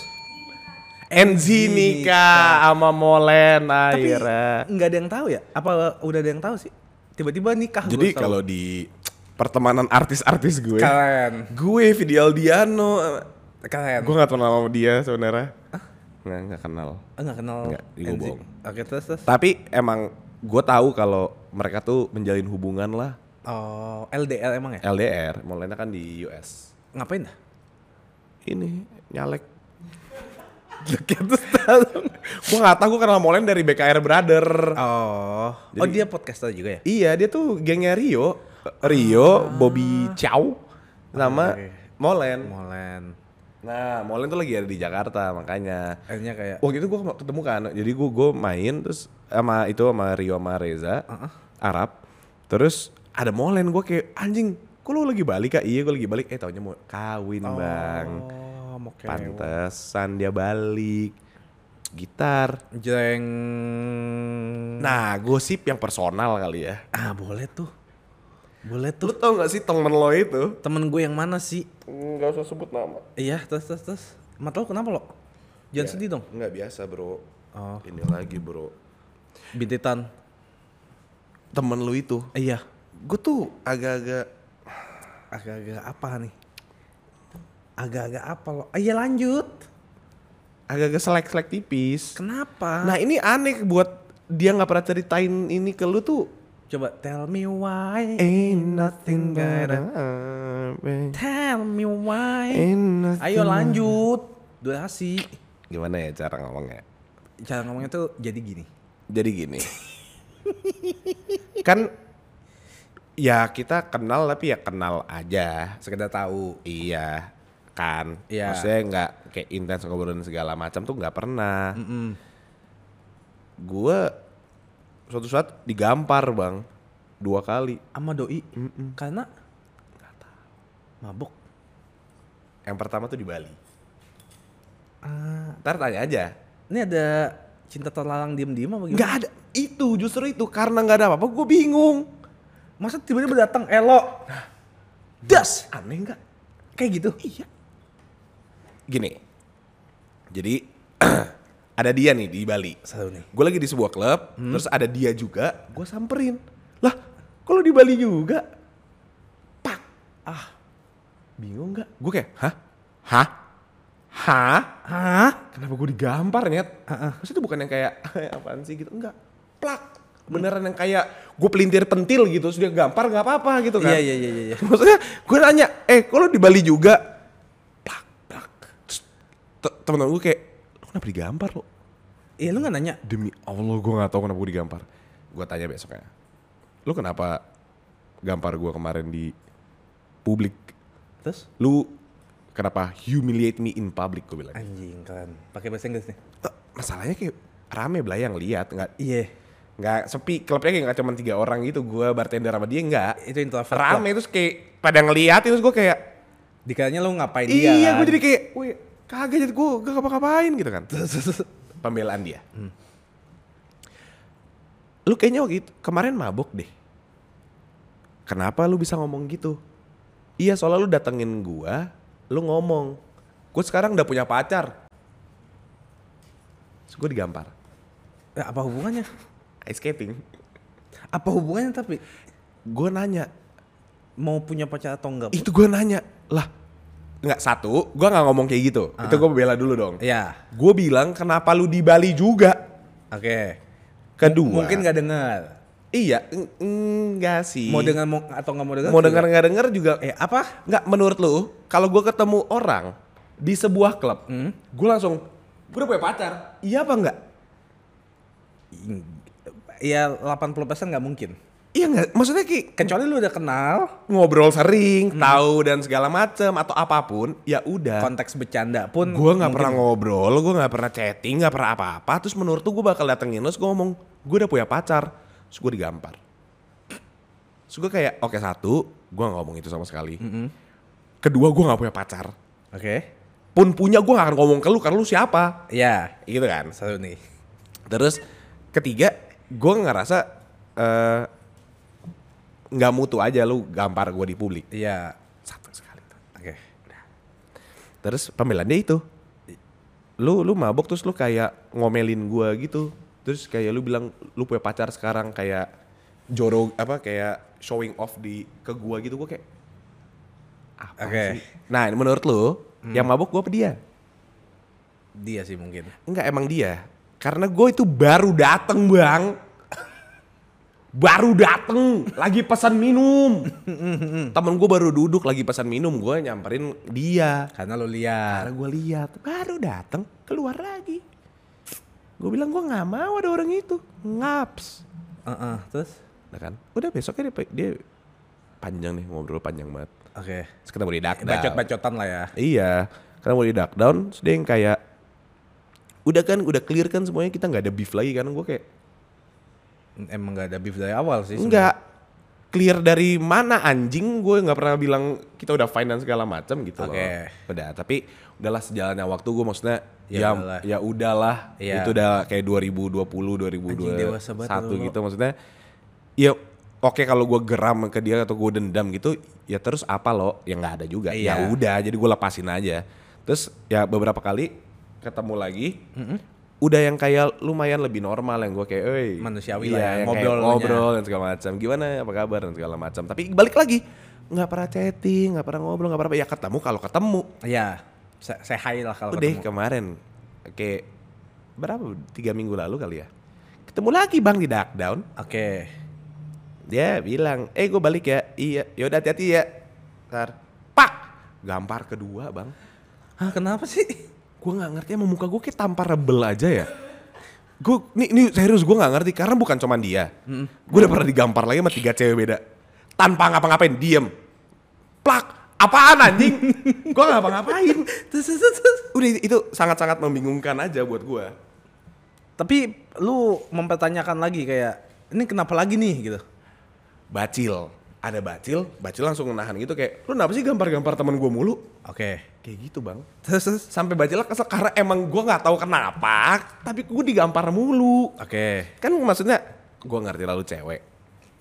Speaker 1: Enzi nikah sama Molen akhirnya
Speaker 2: nggak ada yang tahu ya? Apa udah ada yang tahu sih? Tiba-tiba nikah. gua
Speaker 1: jadi
Speaker 2: tahu.
Speaker 1: kalau di pertemanan artis-artis gue
Speaker 2: keren.
Speaker 1: gue Vidial Diano
Speaker 2: Keren.
Speaker 1: gue gak kenal sama dia sebenarnya nggak nggak kenal
Speaker 2: Enggak kenal.
Speaker 1: Nggak, ini gua
Speaker 2: NZ.
Speaker 1: bohong.
Speaker 2: Oke, terus terus.
Speaker 1: tapi emang gue tahu kalau mereka tuh menjalin hubungan lah
Speaker 2: Oh, LDL emang ya?
Speaker 1: LDR Molennya kan di US
Speaker 2: Ngapain dah?
Speaker 1: ini nyalek
Speaker 2: terus terus.
Speaker 1: gue gak tau gue kenal Molen dari BKR Brother
Speaker 2: Oh. oh, dia podcaster juga ya?
Speaker 1: iya dia tuh gengnya Rio Rio Bobby Chow sama
Speaker 2: Oke.
Speaker 1: Molen
Speaker 2: Molen.
Speaker 1: nah Molen tuh lagi ada di Jakarta makanya
Speaker 2: Akhirnya kayak
Speaker 1: waktu itu gue ketemu kan jadi gue gue main terus sama itu sama Rio sama Reza Arab terus ada Molen gue kayak anjing kok lu lagi balik kak? Iya gue lagi balik. Eh taunya mau kawin bang.
Speaker 2: Oh, mau kewo.
Speaker 1: Pantesan dia balik. Gitar.
Speaker 2: Jeng.
Speaker 1: Nah gosip yang personal kali ya.
Speaker 2: Ah, boleh tuh. Boleh tuh.
Speaker 1: Lu tau gak sih temen lo itu?
Speaker 2: Temen gue yang mana sih?
Speaker 1: Gak usah sebut nama.
Speaker 2: Iya, terus terus terus. Mata lo kenapa lo?
Speaker 1: Iya.
Speaker 2: Jangan sedih dong.
Speaker 1: Ya, Nggak biasa bro.
Speaker 2: Oh.
Speaker 1: Ini lagi bro.
Speaker 2: Bintitan.
Speaker 1: Temen lu itu.
Speaker 2: Iya.
Speaker 1: Gue tuh agak-agak
Speaker 2: Agak-agak apa nih? Agak-agak apa lo? Ah, Iya lanjut.
Speaker 1: agak-agak selek-selek tipis.
Speaker 2: Kenapa?
Speaker 1: Nah ini aneh buat dia nggak pernah ceritain ini ke lu tuh.
Speaker 2: Coba tell me
Speaker 1: Eh.
Speaker 2: why.
Speaker 1: Ain't nothing but a heartbreak.
Speaker 2: Tell me why.
Speaker 1: Ain't nothing-
Speaker 2: Ayo lanjut. Durasi.
Speaker 1: Gimana ya cara ngomongnya?
Speaker 2: Cara ngomongnya tuh jadi gini.
Speaker 1: Jadi gini. kan ya kita kenal tapi ya kenal aja.
Speaker 2: Sekedar tahu.
Speaker 1: Iya kan.
Speaker 2: Iya.
Speaker 1: Maksudnya nggak kayak intens ngobrolin segala macam tuh nggak pernah.
Speaker 2: Mm.
Speaker 1: Gue suatu saat digampar bang dua kali.
Speaker 2: Sama doi. Karena mabuk.
Speaker 1: Yang pertama tuh di Bali. Ntar tanya aja.
Speaker 2: Ini ada cinta terlarang diem-diem apa gimana?
Speaker 1: Nggak ada. Itu justru itu karena nggak ada apa-apa gue bingung.
Speaker 2: Masa tiba-tiba datang elo? Das!
Speaker 1: Aneh nggak?
Speaker 2: Kayak gitu? Iya.
Speaker 1: Gini. Jadi ada dia nih di Bali.
Speaker 2: Seru nih.
Speaker 1: Gue lagi di sebuah klub, terus ada dia juga, gue samperin. Lah, kalau di Bali juga? Pak. Ah. Bingung nggak? Gue kayak, "Hah? Hah? Hah?
Speaker 2: Hah?
Speaker 1: Kenapa gue digampar, Nyet? Maksudnya itu bukan yang kayak apaan sih gitu, enggak. Plak. Beneran yang kayak gue pelintir pentil gitu, sudah gampar nggak apa-apa gitu kan.
Speaker 2: Iya, iya, iya, iya, iya.
Speaker 1: Maksudnya gue nanya, eh kalau di Bali juga, plak, plak. Terus te- Temen-temen gue kayak, lo kenapa digampar lo?
Speaker 2: Iya lu gak nanya?
Speaker 1: Demi Allah gue gak tahu kenapa gue digampar. Gue tanya besoknya, lo kenapa gampar gue kemarin di publik?
Speaker 2: Terus?
Speaker 1: Lu kenapa humiliate me in public gue bilang.
Speaker 2: Anjing keren. Pakai bahasa Inggris nih.
Speaker 1: Eh, Masalahnya kayak rame belayang lihat nggak
Speaker 2: Iya.
Speaker 1: nggak sepi klubnya kayak nggak cuma tiga orang gitu gue bartender sama dia nggak
Speaker 2: Itu introvert.
Speaker 1: rame terus kayak pada ngeliat terus gue kayak
Speaker 2: Dikiranya lu ngapain dia
Speaker 1: Iya,
Speaker 2: kan?
Speaker 1: gue jadi kayak, wih kaget jadi gue gak ngapa-ngapain gitu kan. Hmm. Pembelaan dia. Lu kayaknya waktu itu, kemarin mabok deh. Kenapa lu bisa ngomong gitu? Iya soalnya lu datengin gua, lu ngomong. Gue sekarang udah punya pacar. Terus gue digampar.
Speaker 2: Ya, apa hubungannya?
Speaker 1: Ice skating.
Speaker 2: Apa hubungannya tapi?
Speaker 1: Gue nanya,
Speaker 2: Mau punya pacar atau enggak?
Speaker 1: itu gue nanya. Lah, nggak satu, gua nggak ngomong kayak gitu. Itu gue bela dulu dong.
Speaker 2: Iya.
Speaker 1: Gue bilang kenapa lu di Bali juga?
Speaker 2: Oke.
Speaker 1: Kedua.
Speaker 2: Mungkin gak dengar.
Speaker 1: Iya, eng- enggak sih.
Speaker 2: Mau dengar mau atau nggak mau dengar?
Speaker 1: Mau dengar nggak dengar juga.
Speaker 2: Eh apa?
Speaker 1: Enggak menurut lu, kalau gue ketemu orang di sebuah klub, gue langsung gue udah punya pacar. Iya apa enggak?
Speaker 2: Ya 80% nggak mungkin.
Speaker 1: Iya enggak? Maksudnya kayak
Speaker 2: Kecuali lu udah kenal
Speaker 1: ngobrol sering, tahu dan segala macem atau apapun, ya udah.
Speaker 2: konteks bercanda pun.
Speaker 1: Gue nggak
Speaker 2: mungkin-
Speaker 1: pernah ngobrol, gue nggak pernah chatting, nggak pernah apa-apa. Terus menurut tuh gue bakal datengin lo, gue ngomong gue udah punya pacar, terus gue digampar. Terus gue kayak oke satu, gue nggak ngomong itu sama sekali. Kedua gue nggak punya pacar,
Speaker 2: Oke.
Speaker 1: pun punya gue gak akan ngomong ke lu karena lu siapa,
Speaker 2: Ya.
Speaker 1: gitu kan.
Speaker 2: Seru nih.
Speaker 1: Terus ketiga gue ngerasa eh, nggak mutu aja lu gampar gue di publik.
Speaker 2: Iya.
Speaker 1: Satu sekali. tuh.
Speaker 2: Oke.
Speaker 1: Terus pembelaan dia itu. Lu lu mabok terus lu kayak ngomelin gua gitu. Terus kayak lu bilang lu punya pacar sekarang kayak jorok apa kayak showing off di ke gua gitu gua kayak apa
Speaker 2: Oke.
Speaker 1: sih? Nah, menurut lu yang mabok gua apa dia?
Speaker 2: Dia sih mungkin.
Speaker 1: Enggak emang dia. Karena gue itu baru dateng bang. baru dateng. Lagi pesan minum. Temen gue baru duduk lagi pesan minum. Gue nyamperin dia.
Speaker 2: Karena lu lihat.
Speaker 1: Karena gue lihat baru datang keluar lagi. Gue bilang gue nggak mau ada orang itu ngaps,
Speaker 2: Heeh, terus?
Speaker 1: nah kan? Udah besoknya dia, dia panjang nih ngobrol panjang banget.
Speaker 2: Oke.
Speaker 1: Terus ketemu di duck down.
Speaker 2: Bacot-bacotan lah ya.
Speaker 1: Iya, ketemu di duck down. Terus dia yang kayak udah kan udah clear kan semuanya kan." kita nggak ada beef lagi karena gue kayak
Speaker 2: Emang gak ada beef dari awal sih.
Speaker 1: enggak clear dari mana anjing gue nggak pernah bilang kita udah finance segala macam gitu
Speaker 2: Oke.
Speaker 1: loh udah tapi udahlah sejalannya waktu gue maksudnya
Speaker 2: Ya
Speaker 1: ya
Speaker 2: udahlah.
Speaker 1: ya udahlah
Speaker 2: Iya.
Speaker 1: itu udah kayak 2020
Speaker 2: Anjing dewasa banget
Speaker 1: 2021
Speaker 2: lo.
Speaker 1: gitu maksudnya ya oke kalau gue geram ke dia atau gue dendam gitu ya terus apa lo ya nggak ada juga ya
Speaker 2: Iya.
Speaker 1: udah jadi gue lepasin aja terus ya beberapa kali ketemu lagi udah yang kayak lumayan lebih normal yang gue kayak "Oi,
Speaker 2: Manusiawi
Speaker 1: iya,
Speaker 2: lah ya,
Speaker 1: yang kayak
Speaker 2: ngobrolnya."
Speaker 1: ngobrol dan segala macam gimana ya, apa kabar dan segala macam tapi balik lagi nggak pernah chatting nggak pernah ngobrol nggak pernah apa. ya ketemu kalau ketemu
Speaker 2: Iya, saya saya hai lah kalau
Speaker 1: udah
Speaker 2: ketemu.
Speaker 1: kemarin kayak berapa tiga minggu lalu kali ya ketemu lagi bang di dark down
Speaker 2: Oke.
Speaker 1: dia bilang eh gue balik ya iya yaudah hati-hati ya ntar pak gampar kedua bang
Speaker 2: Hah, kenapa sih?
Speaker 1: gue nggak ngerti emang muka gue kayak tampar rebel aja ya gue nih, nih serius gue nggak ngerti karena bukan cuma dia gue udah pernah digampar lagi sama tiga cewek beda tanpa ngapa-ngapain diem plak apaan anjing gue nggak ngapa-ngapain
Speaker 2: Terus, terus, terus, terus.
Speaker 1: udah itu- itu sangat-sangat membingungkan aja buat gue
Speaker 2: Tapi lu mempertanyakan lagi kayak ini kenapa lagi nih gitu.
Speaker 1: bacil ada bacil bacil langsung nahan gitu kayak lu kenapa sih gampar-gampar temen gue mulu
Speaker 2: Oke.
Speaker 1: kayak gitu bang
Speaker 2: Terus, terus.
Speaker 1: sampai bacil kesel karena emang gue nggak tahu kenapa tapi gue digampar mulu
Speaker 2: Oke.
Speaker 1: kan maksudnya gue ngerti lalu cewek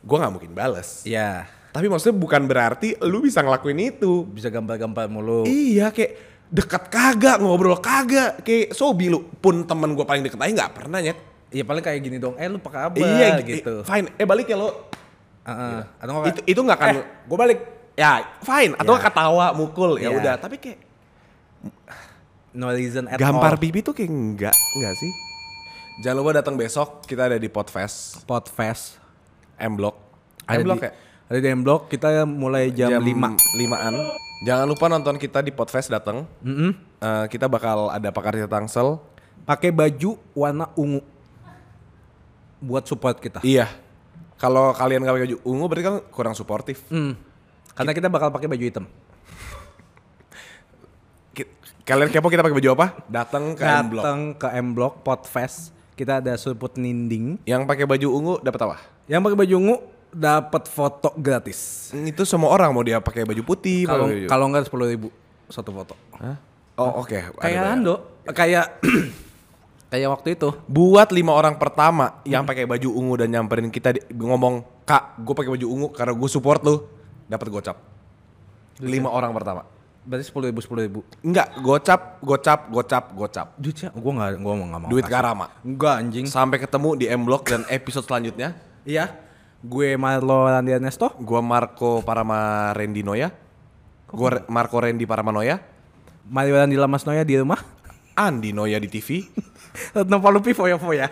Speaker 1: gue nggak mungkin bales
Speaker 2: Iya,
Speaker 1: tapi maksudnya bukan berarti lu bisa ngelakuin itu
Speaker 2: bisa gambar-gambar mulu.
Speaker 1: iya kayak dekat kagak ngobrol kagak kayak sobi lu pun temen gue paling deket aja nggak pernah ya
Speaker 2: Iya paling kayak gini dong. Eh lu apa kabar gitu.
Speaker 1: eh, fine eh balik ya lo
Speaker 2: Heeh. Atau nggak
Speaker 1: itu itu nggak akan
Speaker 2: Eh, gue balik.
Speaker 1: ya fine atau
Speaker 2: Ya.
Speaker 1: ketawa mukul ya
Speaker 2: Ya.
Speaker 1: udah tapi kayak
Speaker 2: No reason at
Speaker 1: gampar
Speaker 2: all.
Speaker 1: pipi tuh kayak enggak enggak sih jangan lupa datang besok kita ada di Podfest
Speaker 2: Podfest.
Speaker 1: M Block
Speaker 2: Ada
Speaker 1: M Block
Speaker 2: di,
Speaker 1: ya?
Speaker 2: Ada di M Block kita mulai jam, 5.
Speaker 1: 5an. Jangan lupa nonton kita di Podfest datang. Eh, kita bakal ada pakar cerita Tangsel.
Speaker 2: Pakai baju warna ungu. Buat support kita.
Speaker 1: Iya. Kalau kalian nggak pakai baju ungu berarti kan kurang suportif.
Speaker 2: Hmm. Karena kita bakal pakai baju hitam.
Speaker 1: Ki- Kalian kepo kita pakai baju apa? Datang ke M Block.
Speaker 2: Datang ke M Block Podfest. Kita ada support Ninding.
Speaker 1: Yang pakai baju ungu dapat apa?
Speaker 2: Yang pakai baju ungu dapat foto gratis.
Speaker 1: Itu semua orang mau dia pakai baju putih,
Speaker 2: Kalau
Speaker 1: pakai baju-
Speaker 2: kalau enggak 10 ribu satu foto.
Speaker 1: Oh, oke. ada
Speaker 2: Kayak
Speaker 1: bayar.
Speaker 2: Lando, kayak kayak waktu itu.
Speaker 1: Buat lima orang pertama yang pakai baju ungu dan nyamperin kita di- ngomong, "Kak, gue pakai baju ungu karena gue support lu." Dapat gocap. Lima orang pertama.
Speaker 2: Berarti sepuluh ribu sepuluh ribu.
Speaker 1: Enggak, gocap, gocap, gocap, gocap.
Speaker 2: Duitnya, gue nggak, gue mau nggak mau.
Speaker 1: Duit
Speaker 2: kasih.
Speaker 1: Karama.
Speaker 2: Enggak anjing.
Speaker 1: Sampai ketemu di M Block dan episode selanjutnya.
Speaker 2: Iya. Gue Marlo Randi Ernesto.
Speaker 1: Gua Marco Parama Randy Noya. Gua Re- Marco Randy Paramanoya.
Speaker 2: Mario Randi Lamasnoya di rumah.
Speaker 1: Andi Noya di TV.
Speaker 2: Retno Palupi foya foya.